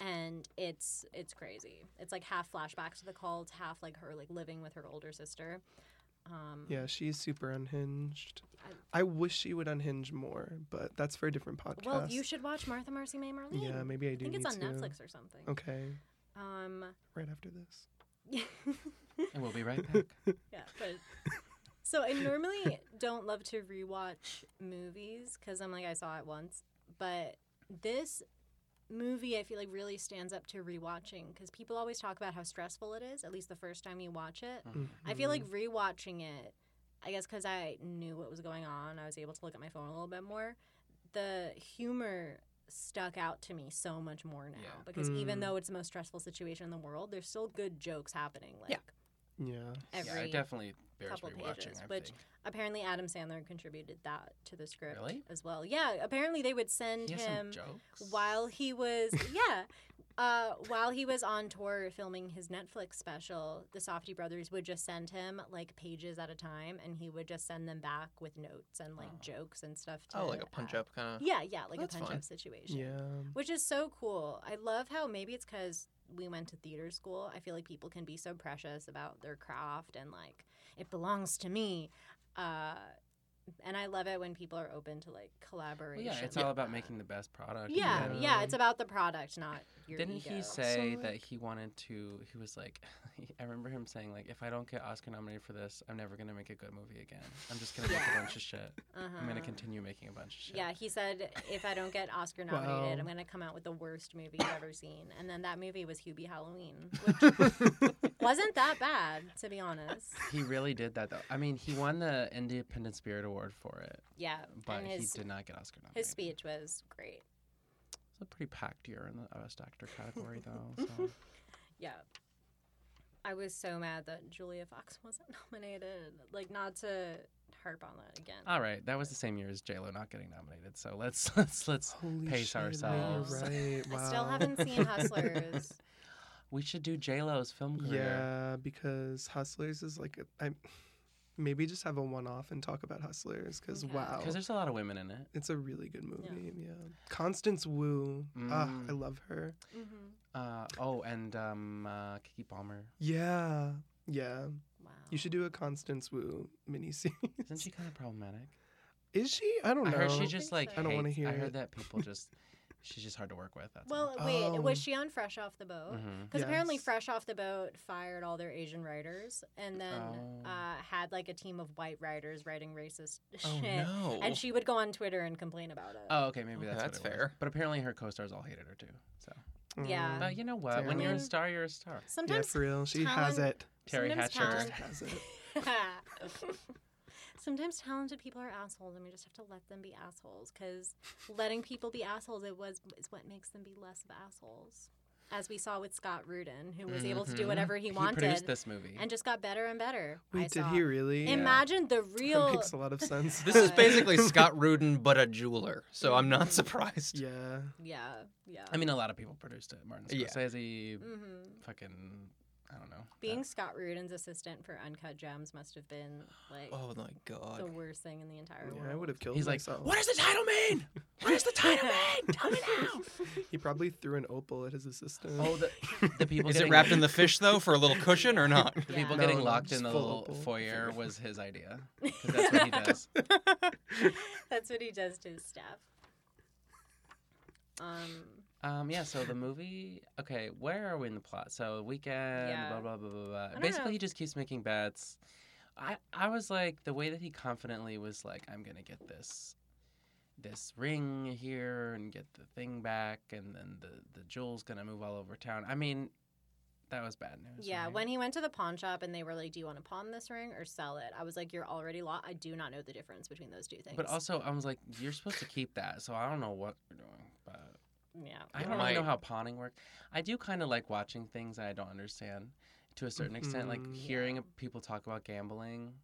B: and it's it's crazy. It's like half flashback to the cult, half like her like living with her older sister. Um
D: yeah she's super unhinged
B: I-
D: i wish she would unhinge more but that's for a different podcast
B: well, you should watch Martha Marcy May Marlene.
D: yeah maybe i
B: I
D: do
B: think it's on
D: need to.
B: Netflix or something.
D: Okay,
B: Um
D: right after this.
A: And we'll be right back.
B: Yeah, but so I normally don't love to rewatch movies because I'm like I saw it once, but this movie I feel like really stands up to rewatching because people always talk about how stressful it is, at least the first time you watch it. I feel like rewatching it, I guess because I knew what was going on, I was able to look at my phone a little bit more. The humor stuck out to me so much more now
A: Yeah.
B: because even
D: Mm.
B: though it's the most stressful situation in the world, there's still good jokes happening. Like,
C: Yeah.
D: Mm-hmm. Yeah.
A: yeah,
B: every
A: it definitely bears
B: couple
A: rewatching.
B: pages,
A: I
B: which
A: think.
B: apparently Adam Sandler contributed that to the script
A: Really?
B: as well. Yeah, apparently they would send
A: He has some
B: him
A: jokes.
B: while he was yeah uh, while he was on tour filming his netflix special the softy brothers would just send him like pages at a time and he would just send them back with notes and like
A: Oh.
B: jokes and stuff to
C: Oh, like a punch
B: add.
C: up kind of.
B: yeah yeah like
C: That's
B: a punch
C: fun.
B: up situation
D: Yeah.
B: which is so cool i love how maybe it's because we went to theater school i feel like people can be so precious about their craft and like it belongs to me uh, and i love it when people are open to like
A: Well,
B: collaboration
A: yeah, it's
B: like
A: all about
B: that.
A: making the best product. and
B: Yeah,
A: whatever.
B: yeah, it's about the product, not your
A: Didn't
B: ego.
A: he say
D: So,
A: that he wanted to? He was like, I remember him saying like, if I don't get Oscar nominated for this, I'm never gonna make a good movie again. I'm just gonna make a
B: Yeah.
A: bunch of shit.
B: Uh-huh.
A: I'm gonna continue making a bunch of shit.
B: Yeah, he said if I don't get Oscar
D: Wow.
B: nominated, I'm gonna come out with the worst movie you've ever seen. And then that movie was Hubie Halloween, which wasn't that bad, to be honest.
A: he really did that though. I mean, he won the Independent Spirit Award for it,
B: Yeah,
A: but
B: and
A: he
B: his
A: did not get Oscar nominated.
B: his speech was great.
A: It's a pretty packed year in the uh, best actor category though. So.
B: Yeah. I was so mad that Julia Fox wasn't nominated. Like, not to harp on that again.
A: all right, that was the same year as J Lo not getting nominated. So let's let's let's.
D: Holy
A: Pace
D: shit,
A: ourselves.
D: Wow. Right. Wow.
B: I still haven't seen Hustlers.
A: We should do J Lo's film career.
D: Yeah, because Hustlers is like a, I maybe just have a one off and talk about Hustlers because
B: Okay.
D: wow,
A: Because there's a lot of women in it.
D: it's a really good movie. Yeah, Constance Wu, ah,
A: Mm.
D: I love her.
B: hmm
A: Uh, oh, and um, uh, Kiki Palmer.
D: Yeah, yeah.
B: Wow.
D: You should do a Constance Wu miniseries.
A: Isn't she kind of problematic?
D: Is she? I don't
A: I
D: know.
A: heard she
B: don't
A: just
B: think
A: like.
B: so. I
D: don't wanna
A: hates-
D: hear
A: I heard
D: it.
A: that people just. She's just hard to work with. That's
B: Well,
D: Oh. Mm-hmm.
B: wait, was she on Fresh Off the Boat?
A: hmm
B: Because apparently,
D: Yes.
B: Fresh Off the Boat fired all their Asian writers and then
A: Oh.
B: uh, had like a team of white writers writing racist
C: Oh
B: shit.
C: no.
B: And she would go on Twitter and complain about it.
A: Oh, okay, maybe
C: Okay,
A: that's what
C: that's
A: it was.
C: fair.
A: But apparently, her co-stars all hated her too. So,
B: Yeah.
A: but you know what? When
D: Fair.
A: you're a
B: Mm.
A: star, you're a star.
D: Mm. yeah,
B: Sometimes,
D: for real. She has
B: talent-
D: it.
A: Terry
B: sometimes
A: Hatcher.
D: Just
B: Talent.
D: has it.
B: sometimes talented people are assholes, and we just have to let them be assholes. Because letting people be assholes, it was is what makes them be less of assholes. As we saw with Scott Rudin, who was able to do
C: Mhm.
B: whatever he
A: He produced
B: wanted
A: this movie.
B: and just got better and better. I
D: Wait, did
B: saw.
D: he really?
A: Yeah.
B: Imagine the
D: That
B: real
D: makes a lot of sense.
C: This is
B: Uh,
C: basically Scott Rudin, but a jeweler. So I'm not surprised.
D: yeah.
B: Yeah, yeah.
A: I mean, a lot of people produced it. Martin
C: Yeah.
A: Scorsese,
B: hmm
A: fucking, I don't know.
B: Being Scott Rudin's assistant for Uncut Gems must have been like
C: Oh my
B: the
C: god.
B: worst thing in the entire
D: Yeah,
B: world.
D: I would have killed
A: He's like,
D: myself.
A: what does the title mean? What does the title mean? Tell me now.
D: He probably threw an opal at his assistant.
A: Oh, the, the people
C: Is it
A: getting-
C: wrapped in the fish though for a little cushion or not?
A: The people
B: Yeah.
A: getting
D: No, no,
A: locked in
D: just
A: the
D: full
A: little
D: opal.
A: foyer was his idea. 'Cause That's what he does.
B: That's what he does to his staff. Um,
A: Um, yeah, so the movie. Okay, where are we in the plot? So weekend,
B: Yeah.
A: blah blah blah blah blah.
B: don't
A: Basically,
B: know.
A: he just keeps making bets. I I was like the way that he confidently was like, I'm gonna get this, this ring here and get the thing back, and then the the jewel's gonna move all over town. I mean, that was bad news.
B: yeah,
A: right?
B: when he went to the pawn shop and they were like, "Do you want to pawn this ring or sell it?" I was like, "You're already lost. I do not know the difference between those two things."
A: But also, I was like, you're supposed to keep that, so I don't know what you're doing, but.
B: yeah,
A: I
C: It
A: don't really know
C: might-
A: how pawning works. I do kind of like watching things I don't understand to a certain extent, like
D: Mhm.
A: hearing
B: Yeah.
A: of people talk about gambling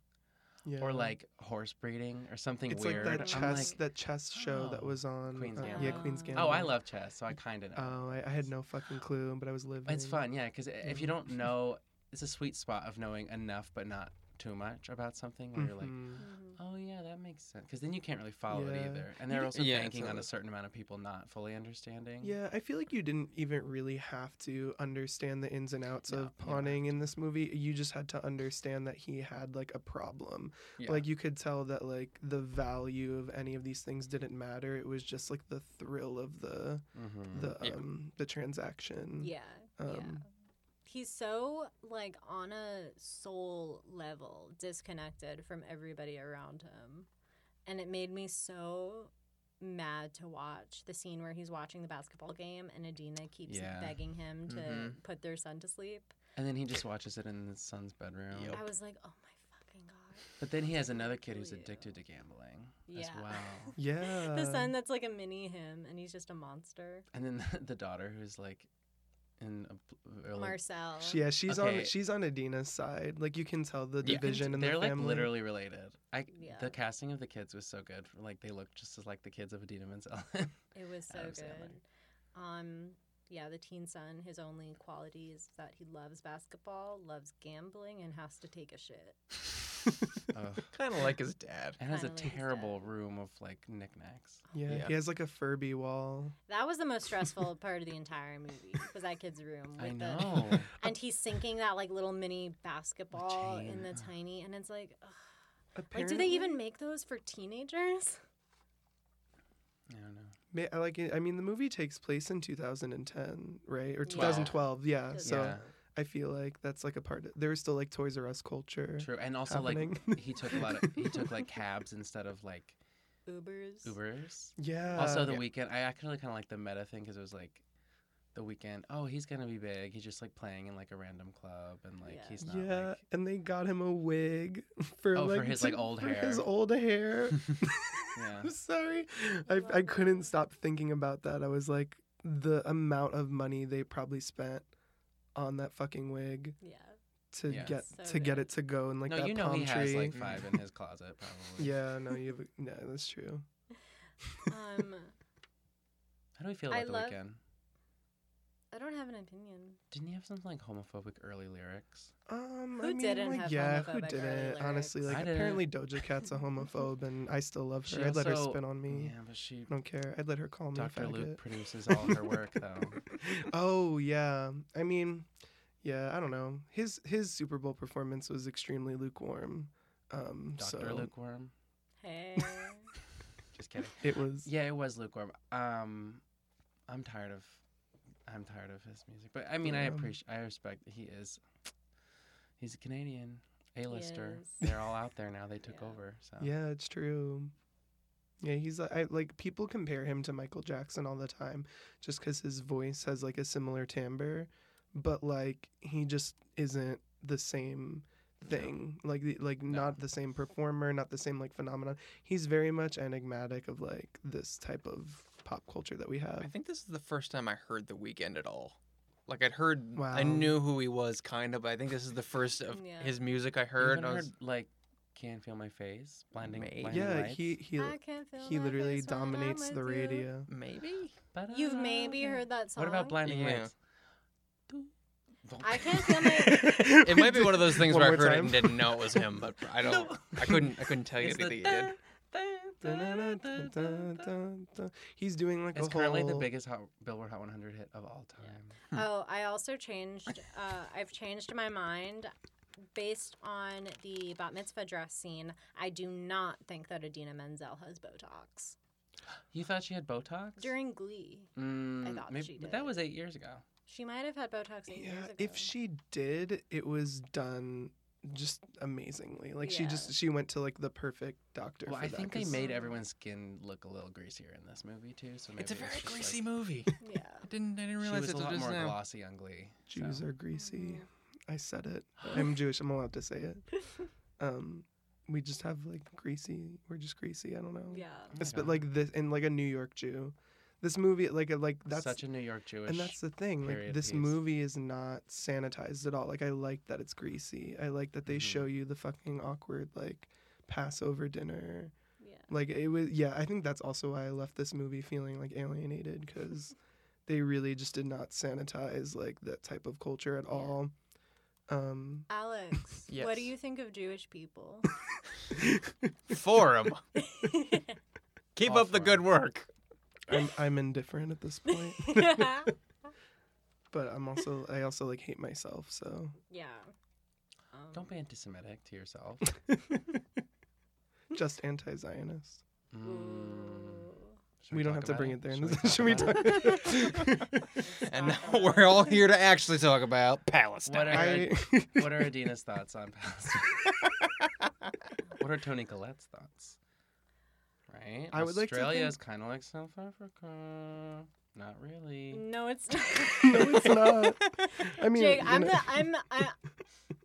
D: yeah.
A: or like horse breeding or something
D: it's
A: weird.
D: like
A: I'm
D: that chess that chess show that
A: oh,
D: was on
A: Queen's
D: uh, yeah
B: Gambit.
D: Queen's
B: Oh,
A: oh,
D: Gambit.
A: I love chess, so I kind of know.
D: Oh, I, I had no fucking clue, but I was living.
A: it's fun, yeah, because if you
D: Yeah.
A: don't know, it's a sweet spot of knowing enough but not too much about something where you're like,
D: Mhm.
B: Mhm.
A: oh yeah, that makes sense, because then you can't really follow
D: Yeah.
A: it either, and
D: You
A: they're
D: d-
A: also
C: yeah,
A: banking on
C: exactly.
A: a certain amount of people not fully understanding.
D: Yeah, I feel like you didn't even really have to understand the ins and outs
A: No, you
D: of
A: don't have
D: pawning in this movie. You just had to understand that he had like a problem.
A: Yeah.
D: Like you could tell that like the value of any of these things didn't matter. It was just like the thrill of the
A: Mhm.
D: the
C: Yeah.
D: um the transaction.
B: yeah, yeah.
D: Um,
B: He's so like on a soul level disconnected from everybody around him. And it made me so mad to watch the scene where he's watching the basketball game and Adina keeps
A: Yeah.
B: begging him to
C: Mhm.
B: put their son to sleep.
A: and then he just watches it in his son's bedroom.
C: Yep.
B: I was like, "Oh my fucking god."
A: But then he has another
B: kill
A: kid who's
B: you.
A: addicted to gambling as
B: Yeah.
A: well.
D: Yeah.
B: the son that's like a mini him and he's just a monster.
A: And then the, daughter who's like in a bl- early.
B: Marcel.
D: She- yeah, she's
A: Okay.
D: on she's on Adina's side. Like you can tell the
A: You can
D: division
A: t-
D: in the
A: they're
D: family.
A: like literally related. I
B: Yeah.
A: the casting of the kids was so good. Like they looked just as like the kids of Adina Menzel.
B: It was so
A: Adam
B: good.
A: Sandler.
B: Um, yeah, the teen son. His only quality is that he loves basketball, loves gambling, and has to take a shit. Uh,
A: Ugh.
C: Kind of like his dad.
A: and has a
B: Finally, he's dead.
A: terrible room of like knickknacks.
D: yeah,
C: Yeah.
D: he has like a Furby wall.
B: That was the most stressful part of the entire movie. Was that kid's room?
A: I
B: with the-
A: know.
B: and he's sinking that like little mini basketball in
A: chain,
B: the
A: ugh.
B: tiny, and it's like, ugh. like,
D: Apparently,
B: do they even make those for teenagers?
A: I don't know.
D: Ma- I like I mean the movie takes place in 2010, right? Or
B: Yeah.
D: 2012. Yeah.
B: Doesn't
D: So
A: Yeah.
B: matter.
D: I feel like that's like a part of there was still like Toys R Us culture.
A: True. And also
D: happening.
A: like he took a lot of he took like cabs instead of like
B: Ubers.
A: Ubers.
D: Yeah.
B: Um,
A: also the
C: Yeah.
A: weekend I actually kind of like the meta thing cuz it was like the weekend. Oh, he's going to be big. He's just like playing in like a random club and like
B: Yeah.
A: he's not
D: yeah,
A: like
D: and they got him a wig for
A: Oh, for
D: like
A: his,
D: to-
A: like, old
D: for His
A: hair.
D: old hair.
A: yeah.
D: I'm sorry. I, I couldn't stop thinking about that. I was like, the amount of money they probably spent on that fucking wig
B: Yeah.
D: to
A: Yeah.
D: get
B: So
D: to get
B: good.
D: it to go and like
A: no,
D: that
A: you know
D: palm
A: he
D: tree.
A: has like five in his closet probably.
D: yeah, no, you have, no, that's true.
B: Um,
A: How do we feel
B: I
A: about the
B: love-
A: weekend?
B: I don't have an opinion.
A: Didn't he have some like homophobic early lyrics?
D: Um,
B: Who
D: I mean,
B: didn't
D: like,
B: have
D: yeah, who
B: homophobic early
D: didn't? Honestly,
A: lyrics?
D: like
A: I didn't.
D: apparently Doja Cat's a homophobe, and I still love her.
A: She
D: I'd let her
A: also-
D: spit on me.
A: Yeah, but she
D: I don't care. I'd let her call me. a
A: Dr. Luke
D: faggot.
A: produces all her work though.
D: oh yeah. I mean, yeah. I don't know. His his Super Bowl performance was extremely lukewarm. Um,
A: Dr.
D: so
A: Lukewarm.
B: Hey.
A: Just kidding.
D: it was.
A: Yeah, it was lukewarm. Um, I'm tired of, I'm tired of his music. But I mean, I
D: Yeah.
A: appreciate, I respect. He is, he's a Canadian A-lister.
B: Yes.
A: They're all out there now. They took
B: Yeah.
A: over. So
D: Yeah, it's true. Yeah, he's like I, like people compare him to Michael Jackson all the time, just because his voice has like a similar timbre, but like he just isn't the same thing. Like the- like
A: No.
D: not the same performer, not the same like phenomenon. He's very much enigmatic of like this type of pop culture that we
C: I
D: have.
C: think this is the first time I heard The Weeknd at all. Like I'd heard,
D: Wow.
C: I knew who he was kind of, but I think this is the first of
B: Yeah.
C: his music I
A: heard,
C: heard. and I was-
A: like can't feel my face, blinding,
C: Maybe.
A: blinding
D: Yeah,
A: lights.
D: he he
B: I can't feel
D: he
B: my
D: literally
B: face when I'm
D: dominates the
B: with you.
D: radio.
C: maybe.
A: Ba-da-da-da.
D: Oh,
B: You've maybe heard that song.
A: What about blinding
C: Yeah.
A: lights? Doo-
B: I can't feel my.
C: It might be one of those things
D: One
C: where I heard
D: more
C: it and
D: time.
C: didn't know it was him, but I don't. I couldn't. I couldn't tell you
A: It's
C: anything
A: the
C: he did.
D: Da-na-na-dun-dun-dun-dun. He's doing like
A: It's
D: a whole
A: currently the biggest hot, Billboard Hot 100 hit of all time.
B: Oh, I also changed. Uh, I've changed my mind based on the bat mitzvah dress scene. I do not think that Adina Menzel has Botox
A: You thought she had Botox?
B: during Glee.
A: Mm,
B: thought
A: maybe-
B: she
A: But that
B: did.
A: was eight years ago.
B: She might have had Botox eight years
D: Yeah,
B: ago.
D: if she did, it was done just amazingly. Like she
B: Yeah.
D: just she went to like the perfect doctor.
A: Well,
D: for
A: I
D: that,
A: think they
D: 'cause-
A: made everyone's skin look a little greasier in this movie too. So maybe
C: Mm. It's a very
A: just,
C: greasy
A: like,
C: movie.
B: yeah,
C: I didn't. I didn't
A: She
C: realize
A: was
C: it
A: a lot
C: just
A: more
C: now.
A: glossy on Glee.
D: Jews
A: so.
D: are greasy.
B: Mm-hmm.
D: I said it. I'm Jewish. I'm allowed to say it. Um, we just have like greasy. We're just greasy. I don't know.
B: yeah.
A: Oh my
D: It's but
A: God.
D: like this and like a New York Jew. This movie like uh, like that's
A: such a New York Jewish.
D: and that's the thing like
A: period
D: this
A: piece.
D: movie is not sanitized at all like i like that it's greasy i like that they
A: Mhm.
D: show you the fucking awkward like passover dinner
B: Yeah.
D: like it was yeah i think that's also why i left this movie feeling like alienated because they really just did not sanitize like that type of culture at all um
B: Alex, what
C: Yes.
B: do you think of Jewish people?
C: Forum. Keep
A: All
C: up the
A: for
C: good
A: him.
C: work.
D: I'm, I'm indifferent at this point
B: yeah.
D: but i'm also i also like hate myself so
B: Um,
A: Don't be anti-Semitic to yourself.
D: just anti-zionist
A: Mm.
B: ooh.
A: Should
D: we don't have
A: talk about
D: to bring
A: it?
D: it there in this
A: talk
D: should we
A: about
D: talk
A: it?
C: Mm. And
B: Stop
C: now
B: that.
C: we're all here to actually talk about Palestine.
A: What
D: I,
A: What are Adina's thoughts on Palestine? what are Tony Collette's thoughts? Right.
D: I would like to
A: Australia
D: think-
A: is kind of like South Africa. Not really.
C: Mm.
B: No, it's not.
D: No, it's not. I mean,
B: Jake,
D: you
B: I'm
D: know-
B: the I'm I,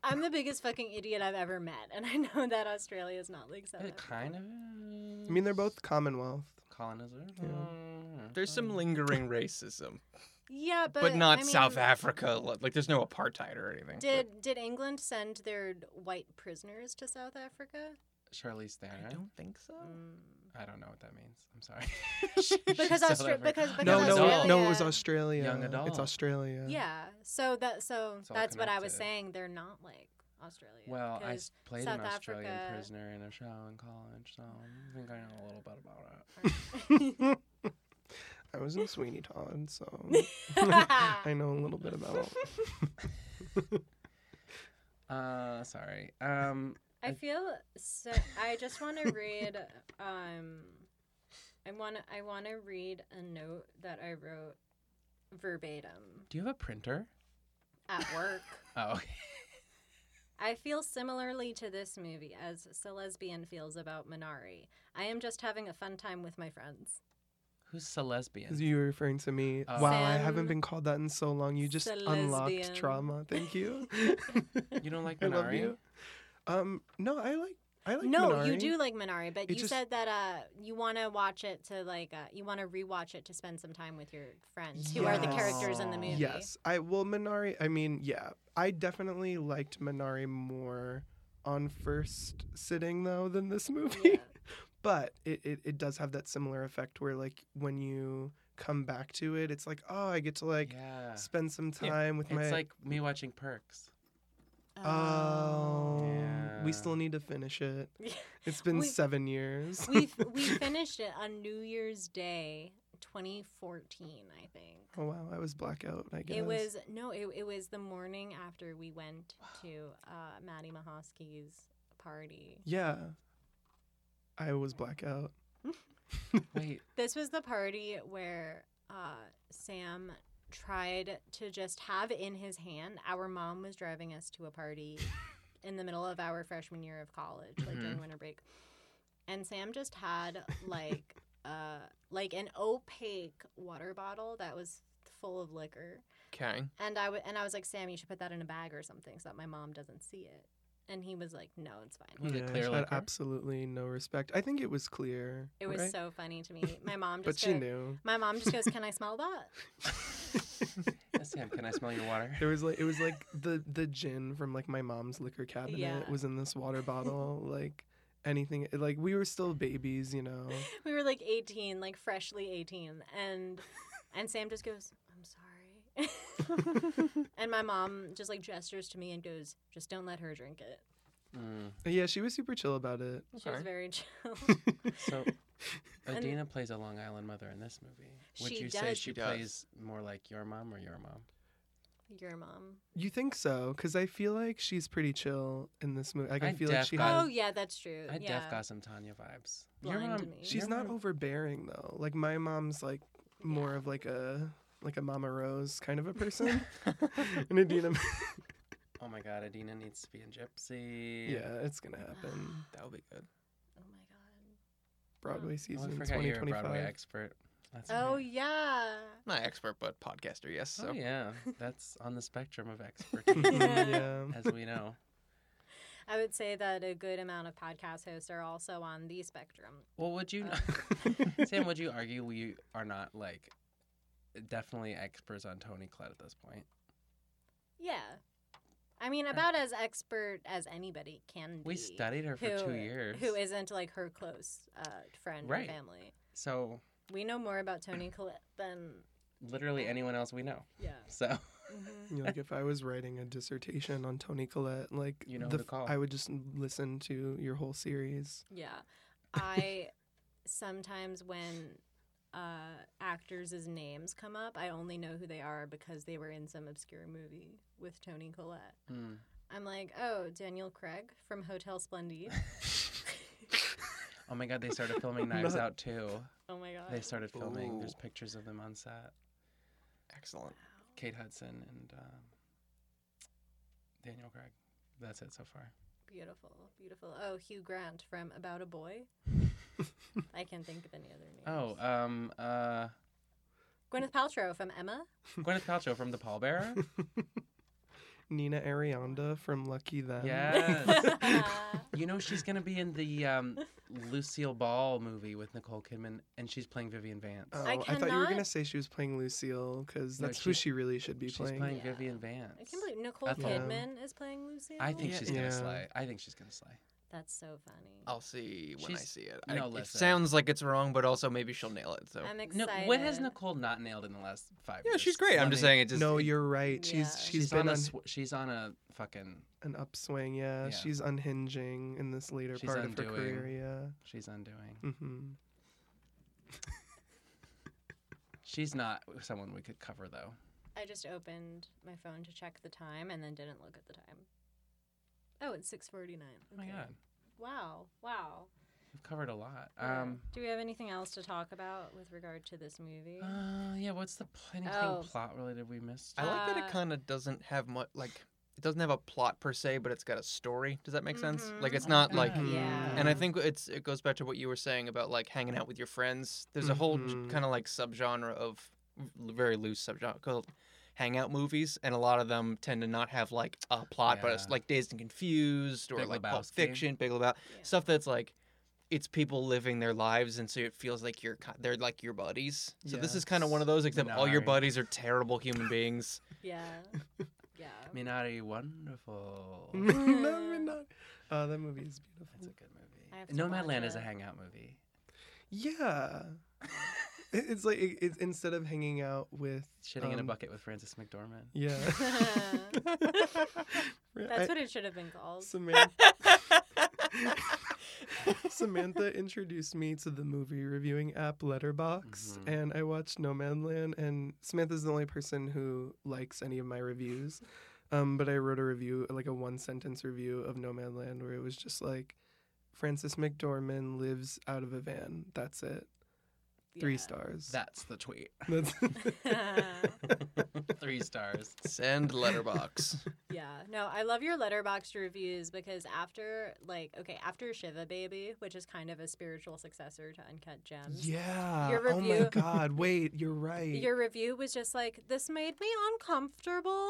B: I'm the biggest fucking idiot I've ever met, and I know that Australia is not like South
A: It
B: Africa.
A: kind of. Is.
D: I mean, they're both Commonwealth.
A: colonizer.
D: Yeah.
A: Mm,
C: There's some
A: mm.
C: lingering racism.
B: Yeah, but
C: but, not
B: I
C: South
B: mean,
C: Africa. li- Like, there's no apartheid or anything. but-
B: Did did England send their white prisoners to South Africa?
A: Charlize
C: I
A: Theron.
C: don't think so.
B: Mm.
A: I don't know what that means. I'm sorry.
B: Because
A: She's South
B: Austra-
A: African.
B: because- because
D: no, no,
A: Australia-
D: it, no, it was
B: Young
D: Australia.
A: adult.
D: It's Australia.
B: Yeah. So that so
A: It's all
B: that's what I was
A: connected.
B: saying. They're not like Australia.
A: Well, I
B: 'cause-
A: s- played
B: South
A: an Australian
B: Africa-
A: prisoner in a show in college, so I think I know a little bit about it.
D: I was in Sweeney Todd, so
B: Alright.
D: I know a little bit about.
A: Uh, sorry. Um,
B: I
A: I-
B: feel so. I just want to read. Um, I want to. I want to read a note that I wrote verbatim
A: do you have a printer?
B: at work.
A: Oh, okay.
B: I feel similarly to this movie as Celesbian feels about Minari. I am just having a fun time with my friends.
A: who's Celesbian?
D: Because you were referring to me.
A: Oh.
D: wow, I haven't
B: Sam-
D: been called that in so long. You just unlocked
B: Celesbian.
D: trauma. Thank you.
A: You don't like
D: I
A: Minari?
D: love you. Um, no, I like. I like.
B: no, you
D: Minari.
B: do like Minari, but
D: It
B: you
D: just-
B: said that uh, you want to watch it to like uh, you want to rewatch it to spend some time with your friends who are the characters in the movie.
A: Yes.
D: Yes, I well Minari. I mean, yeah, I definitely liked Minari more on first sitting though than this movie.
B: Yeah.
D: but it, it, it does have that similar effect where like when you come back to it, it's like oh, I get to like
A: yeah.
D: spend some
C: Yeah,
D: time with
A: It's
D: my.
A: like me watching Perks.
D: oh,
A: Yeah.
D: we still need to finish
B: Um,
D: it.
B: Yeah.
D: It's been
B: We-
D: seven years.
B: we f- we finished it on New Year's Day, 2014, I think.
D: oh wow, I was blackout. I guess
B: It was no, it, it was the morning after we went to uh, Maddie Mahosky's party.
D: Yeah, I was blackout.
A: Wait,
B: This was the party where uh, Sam tried to just have in his hand. Our mom was driving us to a party in the middle of our freshman year of college, like during winter break, and Sam just had like uh, like an opaque water bottle that was full of liquor,
C: Okay.
B: and I w- and I was like, Sam, you should put that in a bag or something so that my mom doesn't see it. And he was like, No, it's fine.
A: was
D: yeah,
A: it
D: I
A: clear
D: had
A: liquor?
D: absolutely no respect. I think it was clear.
B: It was
D: right?
B: so funny to me. My mom just
D: but she
B: go-
D: knew.
B: My mom just goes, "Can I smell that?"
A: Yes, Sam, can I smell your water?
D: There was like it was like the the gin from like my mom's liquor cabinet
B: Yeah.
D: was in this water bottle. like anything, like we were still babies, you know.
B: we were like 18 like freshly 18 and and sam just goes i'm sorry and my mom just like gestures to me and goes just don't let her drink it
A: Mm.
D: Yeah, she was super chill about it.
B: she was
C: Okay.
B: very chill
A: So,
B: And-
A: Adina plays a Long Island mother in this movie. Would
B: She
A: you say
B: does.
A: she,
C: She does.
A: plays more like your mom or your mom?
B: your mom
D: You think so? Because I feel like she's pretty chill in this movie. Like I,
A: I
D: feel like
A: def
D: she
A: got-
D: has.
B: oh yeah that's true
A: I
B: yeah
A: def got some Tanya vibes. your
B: Blind
A: mom,
B: to me.
D: She's
A: your
D: not
A: mom-
D: overbearing though. Like my mom's like more of like a like a Mama Rose kind of a person. and Adina,
A: Oh my God, Adina needs to be in Gypsy.
D: yeah, it's gonna happen.
C: That would be good.
B: oh my
D: Broadway
A: Oh, I
D: season
A: forgot
D: twenty
A: you're a
D: twenty
A: Broadway
D: five.
A: expert. That's
B: god oh
A: right.
B: yeah
C: I'm not expert, but podcaster, yes. So.
A: Oh yeah, that's on the spectrum of expertise,
D: yeah.
A: as we know.
B: i would say that a good amount of podcast hosts are also on the spectrum
A: Well, would you,
B: Uh,
A: Sam? Would you argue we are not like definitely experts on Tony Collette at this point?
B: yeah i mean about as expert as anybody can be
A: We studied her for two years.
B: Who isn't like her close uh, friend
A: Right.
B: or family?
A: So
B: We know more about Tony Collette than
A: literally anyone else we know.
B: yeah.
A: So
D: You know, like if I was writing a dissertation on Tony Collette, like
A: You know
D: the
A: who to
D: f-
A: call.
D: I would just listen to your whole series.
B: Yeah, I sometimes when uh, actors' names come up, I only know who they are because they were in some obscure movie with Tony Collette.
A: mm.
B: I'm like, oh, Daniel Craig from Hotel Splendide.
A: oh my God, they started filming Knives
D: Not-
A: Out too.
B: oh my god.
A: They started filming. There's
C: Ooh.
A: pictures of them on set.
C: Excellent.
A: Kate Hudson and um, Daniel Craig. That's it so far.
B: Beautiful, beautiful. Oh, Hugh Grant from About a Boy. I can't think of any other names.
A: Oh, um, uh,
B: Gwyneth Paltrow from Emma.
A: Gwyneth Paltrow from The Pallbearer.
D: Nina Arianda from Lucky Them.
A: Yes. You know she's gonna be in the um, Lucille Ball movie with Nicole Kidman, and she's playing Vivian Vance.
D: Oh,
B: I
D: thought you were gonna
B: cannot-
D: say she was playing Lucille because
A: No,
D: that's
A: she-
D: who she really should be
A: she's
D: playing.
A: playing,
B: Yeah.
A: Vivian Vance.
B: I can't believe Nicole
A: That's
D: all.
B: Kidman is playing Lucille.
A: I think
C: Yeah.
A: she's gonna
D: Yeah.
A: slay. I think she's gonna slay.
B: that's so funny.
A: Oh,
C: I'll see when I
A: She's-
C: see it.
A: you
C: I-
A: know,
C: it
A: listen.
C: sounds like it's wrong, but also maybe she'll nail it. So
B: I'm
A: No,
B: excited.
A: what has Nicole not nailed in the last five?
C: yeah,
A: years?
C: she's great. I'm
A: Let
C: just
A: me-
C: saying it just
D: no,
C: it-
D: you're right.
B: Yeah.
D: She's
A: She's,
D: she's
A: on
D: been
A: a
D: on
A: sw- she's on a fucking
D: an upswing. Yeah,
A: Yeah.
D: she's unhinging in this later
A: She's
D: part of
A: undoing.
D: her career.
A: she's undoing.
D: Yeah. hmm
A: She's not someone we could cover though.
B: I just opened my phone to check the time and then didn't look at the time. Oh, it's 6:49.
A: Oh my
B: Okay.
A: god,
B: Wow. Wow.
A: we've covered a lot.
B: Yeah.
A: Um,
B: Do we have anything else to talk about with regard to this movie?
A: uh, yeah. What's the pl- anything
B: Oh.
A: plot related we missed?
C: I like that
B: Uh,
C: it kind of doesn't have much like it doesn't have a plot per se, but it's got a story. Does that make sense? Like
B: Mhm.
C: it's
A: Oh my
C: not
A: God.
C: like
A: Mhm.
B: yeah.
C: and I think it's it goes back to what you were saying about like hanging out with your friends. There's a whole
A: Mm-hmm.
D: Mhm.
C: kind of like subgenre of very loose subgenre called hangout movies, and a lot of them tend to not have like a plot, but it's
A: Yeah.
C: like Dazed and Confused or
A: Big
C: like Pulp
A: Lebowski.
C: Fiction, Big Lebowski,
B: Yeah.
C: stuff that's like. It's people living their lives, and so it feels like you're ki- they're like your buddies. So this is kind of
D: Yes.
C: one of those, except all your
A: Minari.
C: buddies are terrible human beings.
B: Yeah. Yeah.
A: Minari, wonderful.
D: no, we're not. Oh, that movie is
A: That's a
D: beautiful.
A: good movie.
B: I have to
A: Nomadland
B: watch
A: is a
B: it.
A: hangout movie.
D: Yeah. It- it's like it, it's instead of hanging out with
A: Shitting in a
D: um,
A: bucket with Francis McDormand.
D: Yeah. I-
B: That's what it should have been called.
D: Samantha, Samantha introduced me to the movie reviewing app Letterbox,
B: Mm-hmm.
A: Mhm.
D: and I watched Nomadland. And Samantha's the only person who likes any of my reviews, um, but I wrote a review, like a one sentence review of Nomadland, where it was just like, Francis McDormand lives out of a van. That's it. Three
B: Yeah.
D: stars.
A: That's the tweet.
D: That's
A: Three stars.
C: Send letterbox.
B: yeah. No, I love your letterbox reviews because after like okay, after Shiva Baby, which is kind of a spiritual successor to Uncut Gems.
D: yeah.
B: Your
D: oh my
B: review-
D: God. Wait, you're right.
B: Your review was just like, this made me uncomfortable.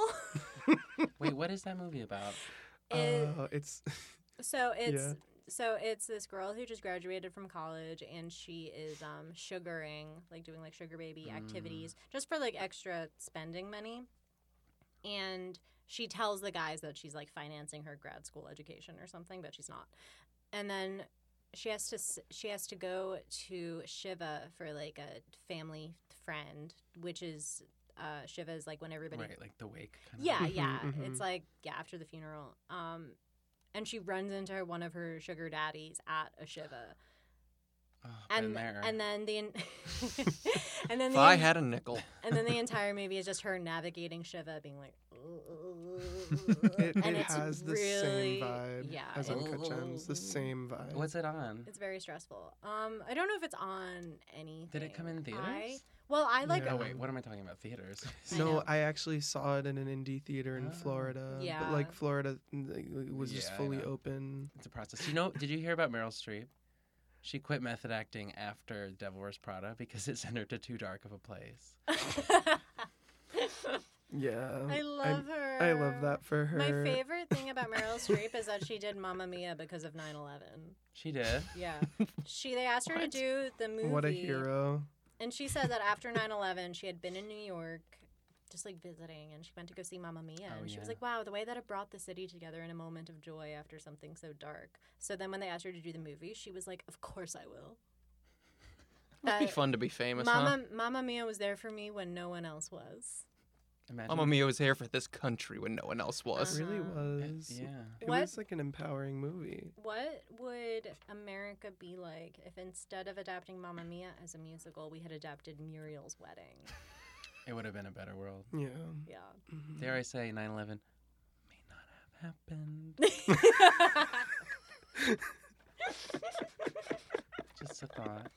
A: Wait, what is that movie about?
B: It-
D: Oh, it's
B: So it's
D: Yeah.
B: so it's this girl who just graduated from college and she is um sugaring, like doing like sugar baby activities just for like extra spending money. And she tells the guys that she's like financing her grad school education or something, but she's not. And then she has to s- she has to go to Shiva for like a family friend, which is uh Shiva is like when everybody
A: Right, like The Wake. Kind of
B: yeah,
D: Mhm,
B: yeah.
D: mhm.
B: It's like yeah, after the funeral. Um, and she runs into one of her sugar daddies at a shiva,
A: Oh,
B: and
A: been there.
B: and then the en- and then
C: if
B: the
C: I
B: en-
C: had a nickel,
B: and then the entire movie is just her navigating shiva, being like,
D: it,
B: and
D: it
B: it's
D: has the
B: really-
D: same vibe
B: yeah,
D: as
B: it-
D: Uncut Gems. The same vibe.
A: What's it on?
B: it's very stressful. Um, I don't know if it's on anything.
A: Did it come in theaters?
B: I, well, I like.
D: No.
A: Oh wait, what am I talking about? Theaters.
B: I
D: no,
B: know.
D: I actually saw it in an indie theater in
C: Ah.
A: Oh.
D: Florida.
B: Yeah.
D: But like Florida like, was just
A: Yeah, I
D: fully
A: know.
D: open.
A: it's a process. You know? Did you hear about Meryl Streep? She quit method acting after Devil Wears Prada because it sent her to too dark of a place.
D: Yeah.
B: I love her.
D: I love that for her.
B: My favorite thing about Meryl Streep is that she did Mamma Mia because of 9/11.
A: She did.
B: Yeah, she they asked her to
C: What?
B: do the movie.
D: What a hero.
B: And she said that after 9/11, she had been in New York, just like visiting, and she went to go see Mamma Mia,
A: Oh,
B: and she was
A: yeah.
B: like, "Wow, the way that it brought the city together in a moment of joy after something so dark." So then when they asked her to do the movie, she was like, "Of course I will."
C: it'd be
B: That
C: fun to be famous, huh?
B: Mamma Mamma Mia was there for me when no one else was.
A: Imagine.
C: Mamma Mia was here for this country when no one else
D: It
C: was.
D: really
B: Uh-huh.
A: It-
D: was.
A: yeah.
D: It
B: What-
D: was like an empowering movie.
B: What would America be like if instead of adapting Mamma Mia as a musical, we had adapted Muriel's Wedding?
A: It would have been a better world.
D: Yeah.
B: Yeah.
D: Mhm.
A: Dare I say, 9/11 may not have happened. Just a thought.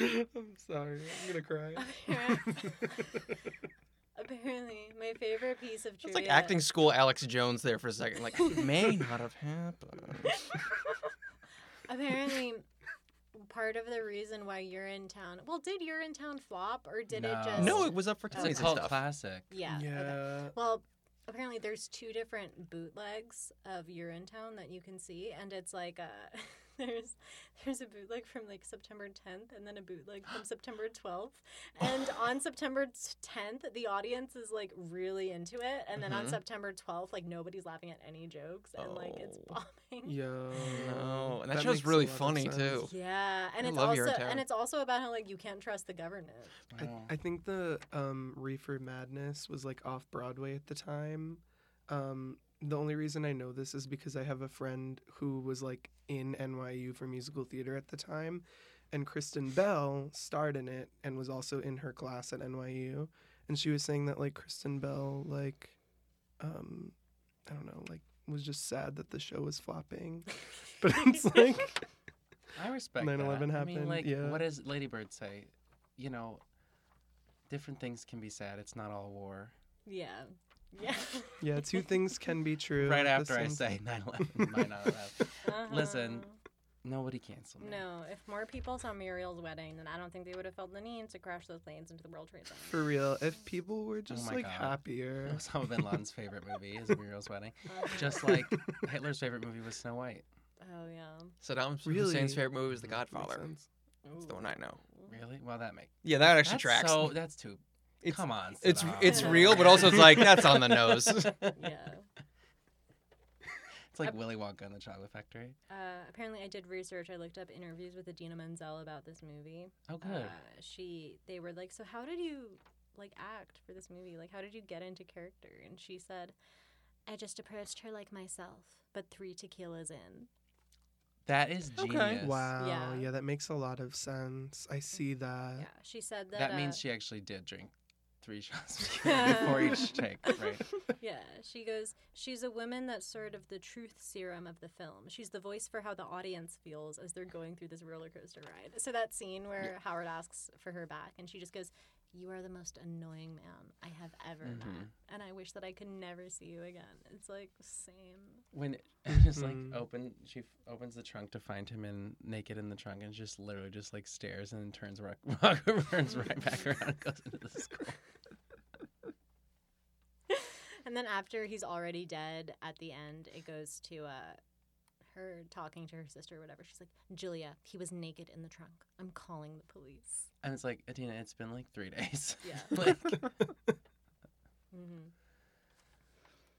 D: I'm sorry. I'm going to cry.
B: Apparently, my favorite piece of
C: It's
B: trivia.
C: like acting school Alex Jones there for a second. Like, it may not have happened.
B: Apparently, part of the reason why you're in town. Well, did you're in town flop or did it
A: No.
B: just?
C: No, it was up for
A: It's
C: Tonys
A: a
C: and
A: cult
C: stuff.
A: classic.
B: Yeah. okay.
D: Yeah.
B: Well, apparently there's two different bootlegs of Urinetown that you can see, and it's like a there's there's a bootleg from like September 10th and then a bootleg from September 12th. And on September 10th, the audience is like really into it, and then on
C: Mhm.
B: September 12th, like nobody's laughing at any jokes and like it's
C: Oh.
B: bombing.
D: Yo.
C: No, and that,
D: that
C: show's
D: makes a
C: really
D: lot of
C: funny
D: sense.
C: too.
B: Yeah, and
C: I
B: it's
C: love
B: also
C: Eurotown.
B: and it's also about how like you can't trust the government.
D: I,
A: Wow.
D: I think the um, Reefer Madness was like off Broadway at the time. Um, the only reason I know this is because I have a friend who was like in NYU for musical theater at the time, and Kristen Bell starred in it and was also in her class at NYU, and she was saying that like Kristen Bell like, um, I don't know, like was just sad that the show was flopping, but it's like
A: I respect
D: 9/11
A: that. I
D: happened,
A: mean, like,
D: yeah.
A: what does Lady Bird say? You know, different things can be sad. It's not all war.
B: Yeah. Yeah.
D: yeah, two things can be true.
A: right
D: at the
A: after I
D: same
A: say 9/11, might not have. Listen,
B: Uh-huh.
A: Nobody canceled me.
B: No, if more people saw Muriel's wedding, then I don't think they would have felt the need to crash those planes into the World Trade Center.
D: For real, if people were just
A: Oh my
D: like
A: God.
D: happier.
A: Osama bin Laden's favorite movie is Muriel's Wedding. Just like Hitler's favorite movie was Snow White.
B: Oh yeah.
C: Saddam
D: Really?
C: Hussein's favorite movie is The
D: Makes
C: Godfather.
D: sense.
C: That's the one I know.
A: Really? Well, that makes
C: Yeah, that actually
A: that's
C: tracks.
A: So that's too.
C: It's-
A: come on.
C: it's
A: Saddam.
C: it's real, but also it's like that's on the nose.
B: Yeah.
A: It's like Willy Wonka and the Chocolate Factory.
B: Uh, apparently, I did research. I looked up interviews with Adina Menzel about this movie.
A: Oh, good.
B: Uh, she, they were like, "So how did you like act for this movie? Like, how did you get into character?" And she said, "I just approached her like myself, but three tequilas in."
A: that is
C: Okay.
A: genius.
D: Wow.
B: Yeah.
D: Yeah. that makes a lot of sense. I see that.
B: Yeah, she said that.
A: That
B: uh,
A: means she actually did drink three shots of tequila before each take, right?
B: Yeah, she goes, she's a woman that's sort of the truth serum of the film. She's the voice for how the audience feels as they're going through this roller coaster ride. So that scene where Howard asks for her back and she just goes, You are the most annoying man I have ever met.
A: Mhm.
B: And I wish that I could never see you again. It's like, same.
A: When it's just like
C: Mm-hmm.
D: Mhm.
A: open, she f- opens the trunk to find him in naked in the trunk, and just literally just like stares and then turns rock, rock, turns right back around and goes into the school.
B: And then after he's already dead at the end, it goes to uh, her talking to her sister or whatever. She's like, Julia, he was naked in the trunk. I'm calling the police.
A: And it's like, Adina, it's been like three days.
B: Yeah.
A: like,
B: Mm-hmm.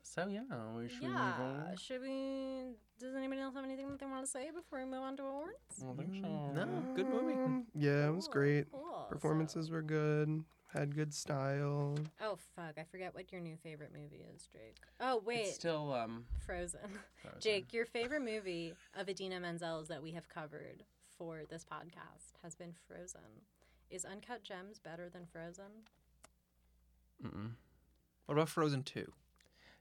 A: so yeah, we should move
B: Yeah.
A: on.
B: Should we? Does anybody else have anything that they want to say before we move on to awards?
A: I don't think so.
D: Mm,
B: mm-hmm.
C: No, good movie.
D: Um, Yeah, it was
B: Cool,
D: great.
B: cool. So-
D: Performances were good. Had good style.
B: oh fuck! I forget what your new favorite movie is, Jake. Oh wait,
A: It's still um.
B: Frozen.
A: frozen.
B: Jake, your favorite movie of Adina Menzel's that we have covered for this podcast has been Frozen. Is Uncut Gems better than Frozen?
A: Mm-mm.
C: What about Frozen Two?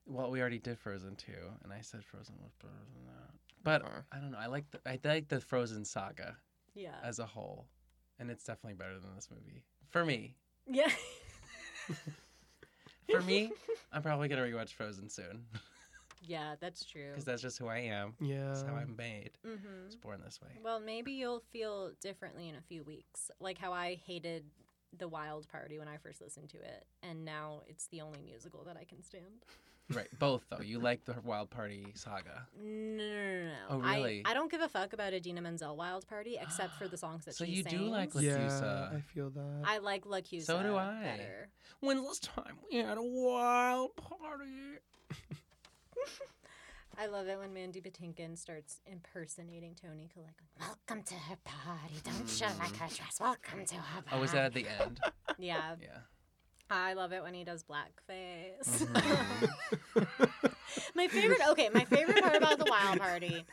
A: Well, we already did Frozen two, and I said Frozen was better than that. But
B: Uh-huh.
C: Uh.
A: I don't know. I like the I like the Frozen saga
B: Yeah.
D: Uh,
A: as a whole, and it's definitely better than this movie for me.
B: yeah.
A: For me, I'm probably gonna rewatch Frozen soon
B: yeah, that's true.
A: because that's just who I am.
D: Yeah.
A: That's how I'm made. I
B: mm-hmm.
A: was born this way.
B: Well, maybe you'll feel differently in a few weeks. Like how I hated the Wild Party when I first listened to it, and now it's the only musical that I can stand.
A: Right, both though. You like the Wild Party saga,
B: No, no, no, no.
A: Oh,
B: I-
A: really?
B: I, don't give a fuck about Adina Menzel Wild Party except for the songs that
A: So
B: she
A: you
B: sings.
A: do like La-
D: yeah,
A: Lacusa.
D: I feel that.
B: I like La Cusa
A: So do I.
B: better.
A: When's last time we had a wild party?
B: I love it when Mandy Patinkin starts impersonating Tony Collette. like, Welcome to her party. Don't you like her dress? Welcome to her party.
A: Mm-hmm. Oh, is that at the end?
B: Yeah.
A: Yeah.
B: I love it when he does blackface.
A: Mhm.
B: my favorite, okay, my favorite part about the Wild Party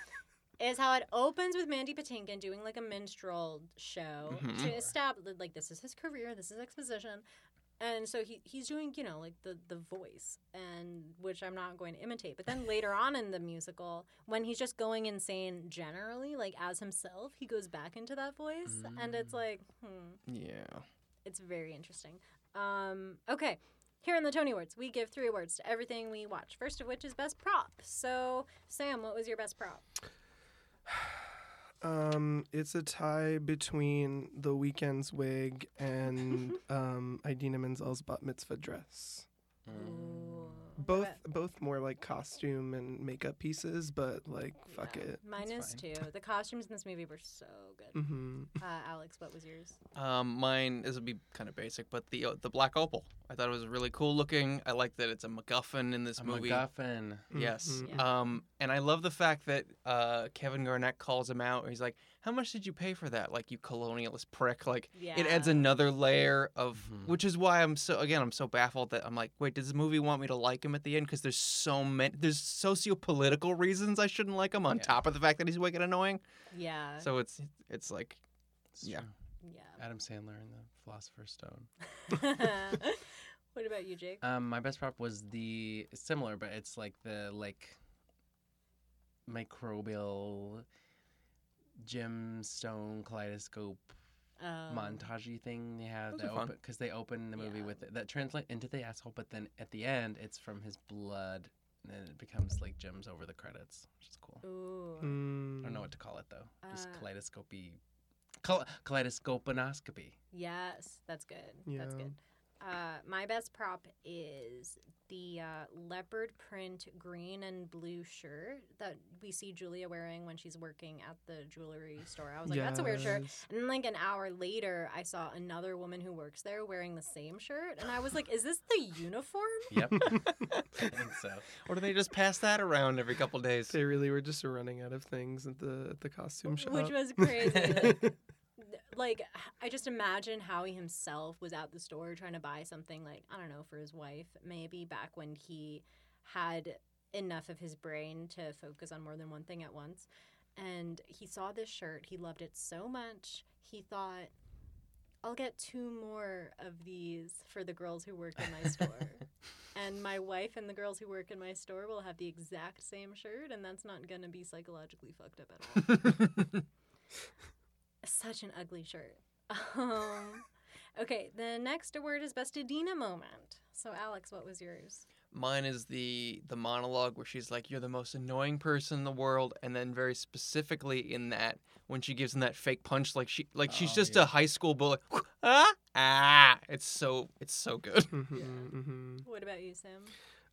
B: is how it opens with Mandy Patinkin doing like a minstrel show
C: Mhm.
B: to establish like this is his career, this is exposition. And so he, he's doing, you know, like the, the voice and which I'm not going to imitate. But then later on in the musical, when he's just going insane generally, like as himself, he goes back into that voice and it's
A: Mm.
B: like, hmm
C: Yeah.
B: it's very interesting. Um, okay, here in the Tony Awards, we give three awards to everything we watch. First of which is best prop. So, Sam, what was your best prop?
D: Um, it's a tie between the weekend's wig and um, Idina Menzel's bat mitzvah dress.
A: Mm.
D: both
B: bet.
D: both more like costume and makeup pieces, but like fuck
B: Yeah.
D: it.
B: Mine
C: It's
B: is
C: fine.
B: too. The costumes in this movie were so good.
D: Mm-hmm.
B: Uh, Alex, what was yours?
C: Um, mine this would be kind of basic, but the uh, the black opal. I thought it was really cool looking. I like that it's a MacGuffin in this
A: A
C: movie.
A: MacGuffin.
C: Yes.
D: Mhm.
B: Yeah.
C: Um, and I love the fact that uh, Kevin Garnett calls him out. He's like, "How much did you pay for that? Like you colonialist prick!" Like
B: Yeah.
C: it adds another layer of,
A: Mhm.
C: which is why I'm so again I'm so baffled that I'm like, wait, does the movie want me to like him at the end? Because there's so many there's sociopolitical reasons I shouldn't like him on
A: Yeah.
C: top of the fact that he's wicked annoying.
B: Uh, Yeah.
C: So it's it's like
A: It's
C: Yeah.
A: true.
B: yeah.
A: Adam Sandler and the Philosopher's Stone.
B: what about you, Jake?
A: Um, my best prop was the similar, but it's like the like microbial gemstone kaleidoscope
C: Uh,
B: Um,
A: montagey thing they have
C: Those
A: that
C: are fun.
A: open because they open the movie
B: Yeah.
A: with it, that translate into the asshole, but then at the end it's from his blood and then it becomes like gems over the credits, which is cool.
B: Um,
C: Hmm.
B: Ooh.
D: Mm.
A: I don't know what to call it though. Just
B: Uh,
A: kaleidoscopy, kal- kaleidoscoponoscopy.
B: Yes, that's good. That's
D: Yeah.
B: good. Uh, my best prop is the uh, leopard print green and blue shirt that we see Julia wearing when she's working at the jewelry store. I was like, that's a weird shirt.
D: Yes.
B: And then, like an hour later, I saw another woman who works there wearing the same shirt, and I was like, "Is this the uniform?"
A: Yep, I think so.
C: Or do they just pass that around every couple days?
D: They really were just running out of things at the at the costume shop.
B: Which was crazy. like I just imagine how he himself was at the store trying to buy something like I don't know for his wife maybe back when he had enough of his brain to focus on more than one thing at once and he saw this shirt he loved it so much he thought I'll get two more of these for the girls who work in my store and my wife and the girls who work in my store will have the exact same shirt and that's not going to be psychologically fucked up at all such an ugly shirt. Um, okay, the next award is Best Adina moment. So, Alex, what was yours?
C: Mine is the the monologue where she's like, "You're the most annoying person in the world," and then very specifically in that when she gives him that fake punch, like she like she's
A: Oh,
C: just
A: yeah.
C: a high school bully. ah ah! It's so it's so good.
D: Mhm,
B: Yeah.
D: mhm.
B: What about you, Sam?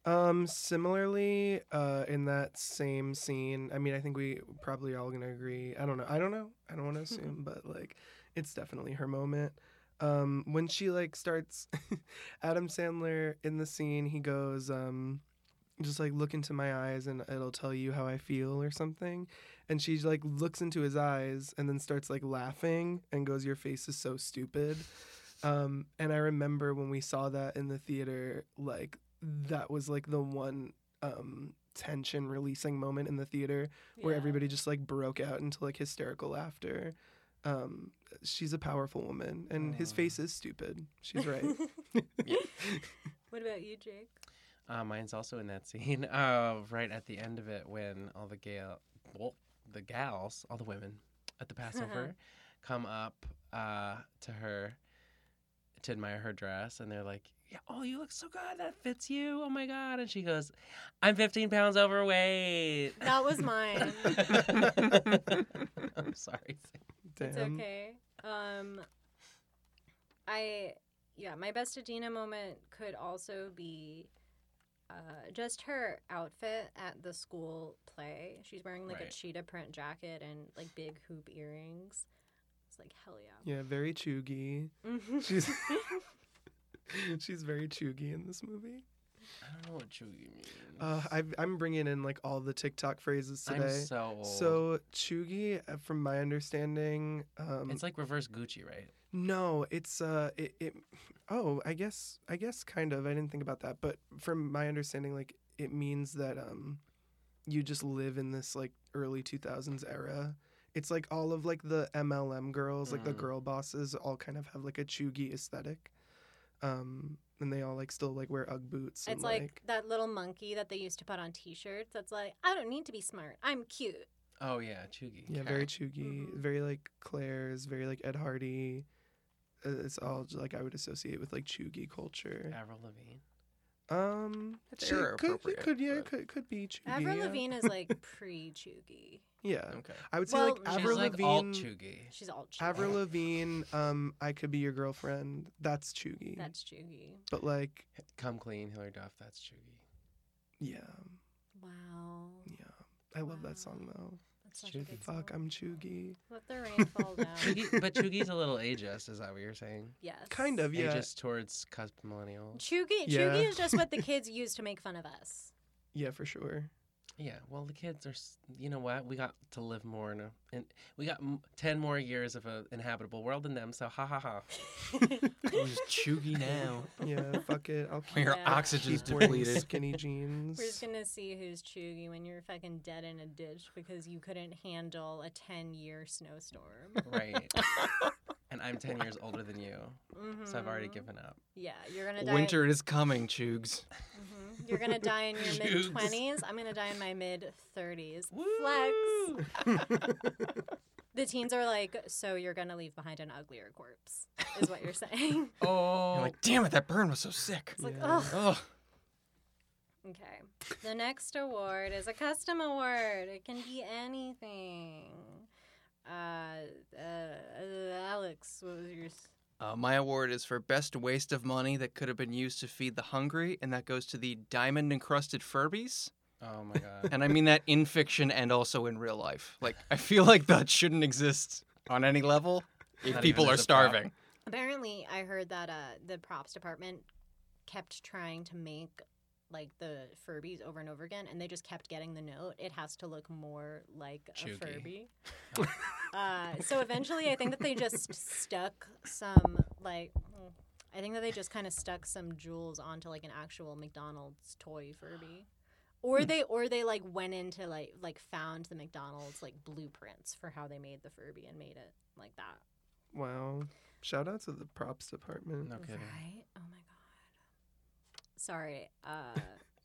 D: Um, similarly, uh, in that same scene, I mean, I think we probably all gonna agree. I don't know. I don't know. I don't want to assume, but like, it's definitely her moment. Um, when she like starts, Adam Sandler in the scene, he goes, um, just like look into my eyes and it'll tell you how I feel or something. And she like looks into his eyes and then starts like laughing and goes, "Your face is so stupid." Um, and I remember when we saw that in the theater, like that was like the one um, tension releasing moment in the theater where
B: Yeah.
D: everybody just like broke out into like hysterical laughter. Um, she's a powerful woman, and his
A: Aw.
D: face is stupid. She's right.
B: what about you, Jake?
A: Uh, mine's also in that scene, uh, right at the end of it when all the gal, well, the gals, all the women at the Passover, come up uh, to her to admire her dress, and they're like, "Yeah, oh, you look so good. That fits you. Oh my god!" And she goes, "I'm 15 pounds overweight."
B: That was mine.
A: I'm sorry.
D: Damn.
B: It's okay. Um, I yeah, my best Adina moment could also be uh, just her outfit at the school play. She's wearing like a
A: Right.
B: cheetah print jacket and like big hoop earrings. It's like hell yeah.
D: Yeah, very chuggy.
B: Mhm.
D: She's she's very chuggy in this movie.
A: I don't know what chuggy means.
D: Uh, I've, I'm bringing in like all the TikTok phrases
A: I'm
D: today.
A: so old.
D: So chuggy, uh, from my understanding, um,
A: it's like reverse Gucci, right?
D: No, it's uh, it, it. Oh, I guess, I guess, kind of. I didn't think about that, but from my understanding, like it means that um, you just live in this like early two thousands era. It's like all of like the MLM girls, like the
A: Mm.
D: girl bosses, all kind of have like a chuggy aesthetic, um, and they all like still like wear UGG boots. and,
B: It's like, that little monkey that they used to put on T-shirts. That's like, I don't need to be smart. I'm cute.
A: Oh yeah, chuggy.
D: yeah, very
C: okay.
D: chuggy,
B: Mhm.
D: very like Claire's, very like Ed Hardy. Uh, It's all like I would associate with like chuggy culture.
A: Avril Lavigne.
D: Um,
C: That's
D: she
C: era
D: could, it
C: appropriate,
D: could, yeah,
C: but-
D: could, could be Chugi.
B: Avril
D: yeah.
B: Lavigne is like pre-Chugi.
D: Yeah,
C: okay.
D: I would say
B: Well,
D: like
B: she's
D: Avril
A: She's like alt
D: Lavigne.
A: chuggy.
B: She's all Chugi.
D: Avril Lavigne. Um, I could be your girlfriend. That's Chugi.
B: That's Chugi.
D: But like,
A: Come clean, Hillary Duff. That's chuggy.
D: Yeah,
B: Wow.
D: yeah. I love that song though.
B: That's such a
A: Should-
B: good
D: Fuck,
B: song.
D: I'm Choogie.
B: Let the rain fall down.
A: Chugi, but Chugi's a little ageist, is that what you're saying?
B: Yes.
D: Kind of, yeah.
A: Ageist towards cusp millennials.
B: Chugi,
D: Yeah.
B: Chugi is just what the kids use to make fun of us.
D: Yeah, for sure.
A: Yeah, well, the kids are. s- You know what? We got to live more, in a, and we got m- ten more years of an inhabitable world than them. So ha ha ha.
D: Oh,
C: I'm just chuggy now.
D: Yeah, fuck it. I'll
C: When
D: keep,
C: your
B: Yeah.
C: oxygen's
D: keep wearing
C: depleted.
D: skinny jeans.
B: We're just gonna see who's Chugi when you're fucking dead in a ditch because you couldn't handle a ten-year snowstorm.
A: Right. and I'm ten years older than you, so I've already
B: Mhm.
A: given up.
B: Yeah, you're gonna die.
C: Winter is coming, Chugs.
B: Mhm. You're gonna die in your
A: Chugs.
B: mid twenties. I'm gonna die in my mid thirties. Flex.
A: Woo!
B: The teens are like, so you're gonna leave behind an uglier corpse, is what you're saying.
A: Oh,
C: You're like, damn it, that burn was so sick.
B: It's like,
D: Yeah.
B: ugh.
C: Ugh.
B: Okay. The next award is a custom award. It can be anything. Uh, uh, Alex, what was yours?
C: Uh, my award is for best waste of money that could have been used to feed the hungry, and that goes to the diamond encrusted Furbies.
A: oh my god.
C: And I mean that in fiction and also in real life. Like, I feel like that shouldn't exist on any level if
A: Not
C: people
A: even
C: are
A: as a prop.
C: starving.
B: Apparently, I heard that uh, the props department kept trying to make like the Furbies over and over again, and they just kept getting the note. It has to look more like
A: Chuggy.
B: a Furby. uh, so eventually, I think that they just stuck some like. I think that they just kind of stuck some jewels onto like an actual McDonald's toy Furby. Or they or they like went into like like found the McDonald's like blueprints for how they made the Furby and made it like that.
D: Wow. Shout out to the props department.
A: No kidding.
B: Right? Oh my god. Sorry. Uh,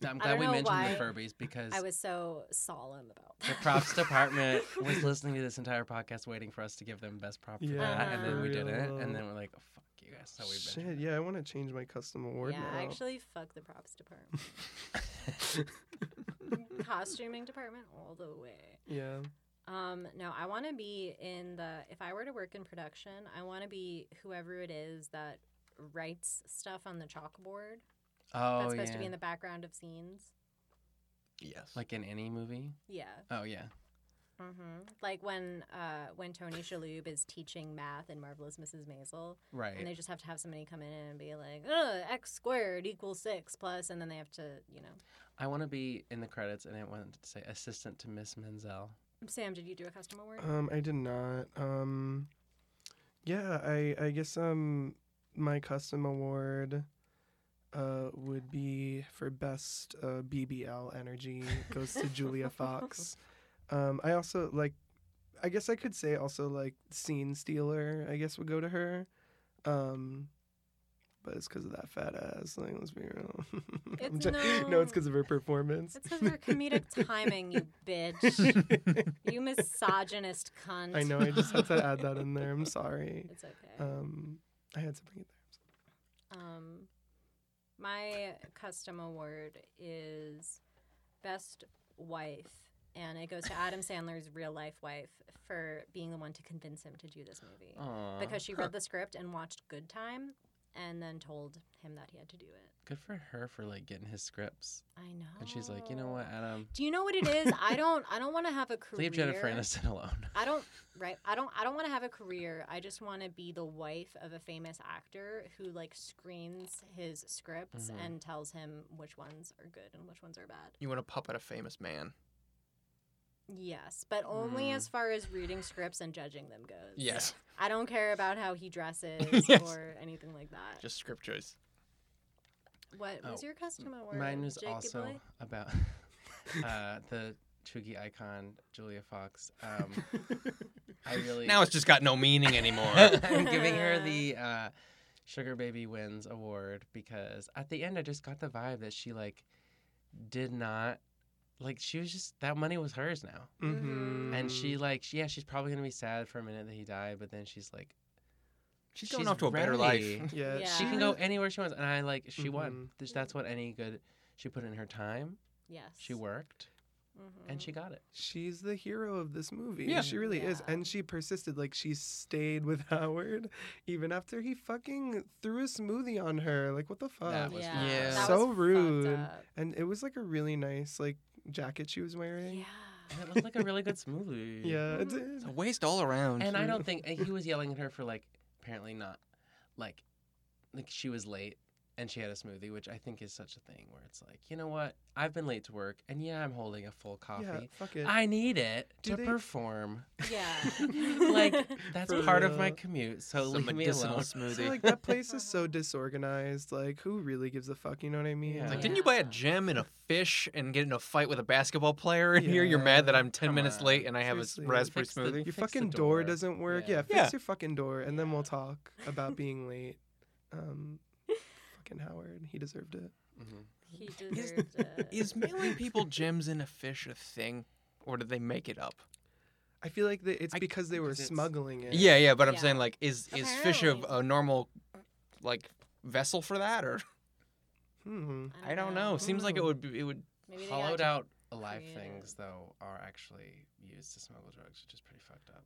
A: I'm
B: I
A: glad
B: don't
A: we
B: know
A: mentioned
B: why
A: the Furbies because
B: I was so solemn about
A: the
B: that.
A: props department was listening to this entire podcast, waiting for us to give them best prop for
D: Yeah,
A: that, and then
B: for
A: we didn't,
D: real.
A: and then we're like, "Oh, fuck you guys. So we
D: Shit, yeah, I want to change my custom award
B: yeah,
D: now.
B: actually, fuck the props department. Costuming department all the way.
D: yeah.
B: Um, no, I want to be in the. If I were to work in production, I want to be whoever it is that writes stuff on the chalkboard
A: Oh
B: that's supposed
A: yeah.
B: to be in the background of scenes.
C: Yes.
A: like in any movie.
B: Yeah.
A: Oh yeah.
B: hmm
A: Mm-hmm.
B: Like when uh, when Tony Shalhoub is teaching math in Marvelous Mrs. Maisel,
A: Right.
B: And they just have to have somebody come in and be like, oh, x squared equals six plus, and then they have to, you know.
A: I want to be in the credits, and it wanted to say assistant to Miss Menzel.
B: Sam, did you do a custom award?
D: Um, I did not. Um, yeah, I I guess um my custom award uh would be for best uh, BBL energy goes to Julia Fox. Um, I also like. I guess I could say also like scene stealer. I guess would go to her, um, but it's because of that fat ass. Like, let's be real. I'm
B: It's
D: jo- no, it's
B: no-
D: because of her performance.
B: That's because of comedic timing, you bitch. You misogynist cunt.
D: I know. I just had to add that in there. I'm sorry.
B: It's okay.
D: Um, I had to bring it
B: Um, my custom award is best wife, and it goes to Adam Sandler's real life wife for being the one to convince him to do this movie.
D: Uh-huh.
A: Aw,
B: because she read the script and watched Good Time and then told him that he had to do it.
A: good for her for like getting his scripts.
B: I know.
A: And she's like, you know what, Adam,
B: Do you know what it is? I don't I don't want to have a career.
A: leave Jennifer Aniston alone.
B: I don't right. I don't I don't want to have a career. I just want to be the wife of a famous actor who like screens his scripts
A: Mhm.
B: and tells him which ones are good and which ones are bad.
C: You want to puppet a famous man.
B: Yes, but only
A: Mm.
B: as far as reading scripts and judging them goes.
C: Yes.
B: I don't care about how he dresses
C: Yes.
B: or anything like that.
C: Just script choice.
B: what was
A: Oh,
B: your custom award?
A: Mine was
B: Jakey
A: also
B: boy?
A: about uh, the Chugi icon Julia Fox. Um, I really
C: Now it's just got no meaning anymore.
A: I'm giving her the uh, Sugar Baby Wins award because at the end I just got the vibe that she like did not like she was just that money was hers now.
D: there.
B: Mhm.
A: Mm-hmm. And she
C: Mm.
A: like she- yeah, she's probably going to be sad for a minute that he died, but then she's like
C: She's going
A: She's
C: off to a better
A: ready.
C: life. Mm-hmm.
D: Yeah.
B: Yeah.
A: she can go anywhere she wants and I like she won.
D: Mhm.
A: Th- That's what any good she put in her time.
B: Yes. Mm-hmm.
A: She worked. and she got it.
D: She's the hero of this movie.
C: Yeah.
D: She really is.
B: Yeah.
D: And she persisted. Like, she stayed with Howard even after he fucking threw a smoothie on her. Like, what the fuck?
C: That was
B: yeah.
C: Yeah.
B: That
D: So
B: was fucked
D: rude.
B: up.
D: And it was like a really nice, like, jacket she was wearing.
B: Yeah.
A: And it was like a really good smoothie.
D: Yeah,
A: Mm-hmm.
D: it
B: Mhm.
D: did.
C: It's a waste all around.
A: And I
D: True.
A: don't think and he was yelling at her for like apparently not like like she was late and she had a smoothie, which I think is such a thing where it's like, you know what? I've been late to work and yeah, I'm holding a full
D: Yeah,
A: coffee.
D: fuck it.
A: I need it
D: Do
A: to
D: they-
A: perform.
B: Yeah.
A: Like, That's
D: For
A: part of my
D: real.
A: commute, so
C: Some
A: leave me
C: medicinal
A: alone.
D: So,
C: smoothie.
D: like, that place is so disorganized. Like, who really gives a fuck? You know what I mean?
A: Yeah.
C: It's like, didn't you buy a gem and a fish and get in a fight with a basketball player? And here you're mad that
D: Yeah,
C: I'm 10
A: come
C: minutes
A: on.
C: late and I have
D: Seriously.
C: a raspberry
A: Fix the-
C: smoothie.
D: Your
A: Fix the
D: fucking door.
A: door.
D: doesn't work. Yeah,
A: Yeah.
D: fix
C: Yeah.
D: your fucking door, and then
B: Yeah.
D: we'll talk about being late. Um, fucking Howard, he deserved it.
A: Mhm.
B: he deserved it.
C: Is mailing people gems and a fish a thing? Or did they make it up?
D: I feel like they, it's
A: I-
D: because they were
A: because it's-
D: smuggling it.
C: Yeah, yeah, but I'm
B: Yeah.
C: saying like, is is fish a,
B: Apparently.
C: a normal like vessel for that, or
D: Hmm.
C: I don't know. Seems like it
D: Mm.
C: would be, it would.
B: Maybe they
A: Hollowed
B: got
A: out alive
B: creative.
A: things though are actually used to smuggle drugs, which is pretty fucked up.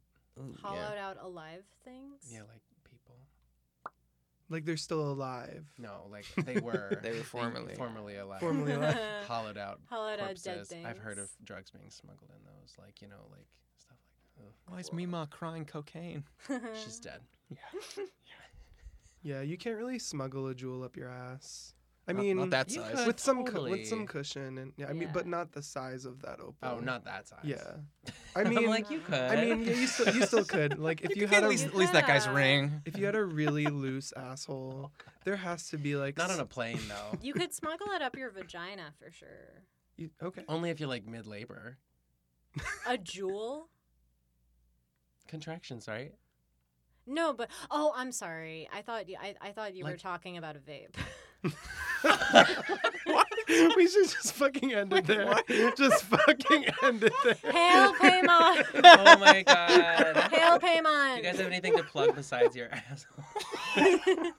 B: hollowed out alive things.
A: Yeah, like people.
D: Like they're still alive.
A: No, like they were e-,
C: They were formerly.
A: formerly alive.
D: Formerly alive.
A: hollowed out
B: Hollowed out
A: corpses.
B: dead things.
A: I've heard of drugs being smuggled in those, like you know, like stuff like. Ugh.
C: Why is
A: Horrible.
C: Mima crying cocaine?
B: Uh,
A: She's dead.
D: Yeah, you can't really smuggle a jewel up your ass. I
C: Not-
D: mean,
C: not that
A: you
C: size.
A: could.
D: with some cu-
A: Uh,
D: with
A: Totally.
D: some cushion and yeah, I mean,
B: Yeah.
D: but not the size of that opal.
A: Oh, not that size.
D: Yeah, I mean,
A: I'm like you could.
D: I mean, yeah, you still you still could. Like if you, had
C: Uh, at
D: a
C: least, at least that guy's
B: Yeah.
C: ring.
D: if you had a really loose asshole, there has to be like
A: Oh, not on
D: s-
A: a plane though.
B: You could smuggle it up your vagina for sure.
D: you, okay.
A: Only if you're like mid labor
B: A jewel?
A: contractions, right?
B: No, but oh, I'm sorry. I thought you, I, I thought you were
A: Like-
B: talking about a vape.
D: What? we should just fucking end it there. Just fucking end it there.
B: Hail Paymon!
A: oh my god.
B: Hail
A: Do you
B: Paymon!
A: guys have anything to plug besides your asshole?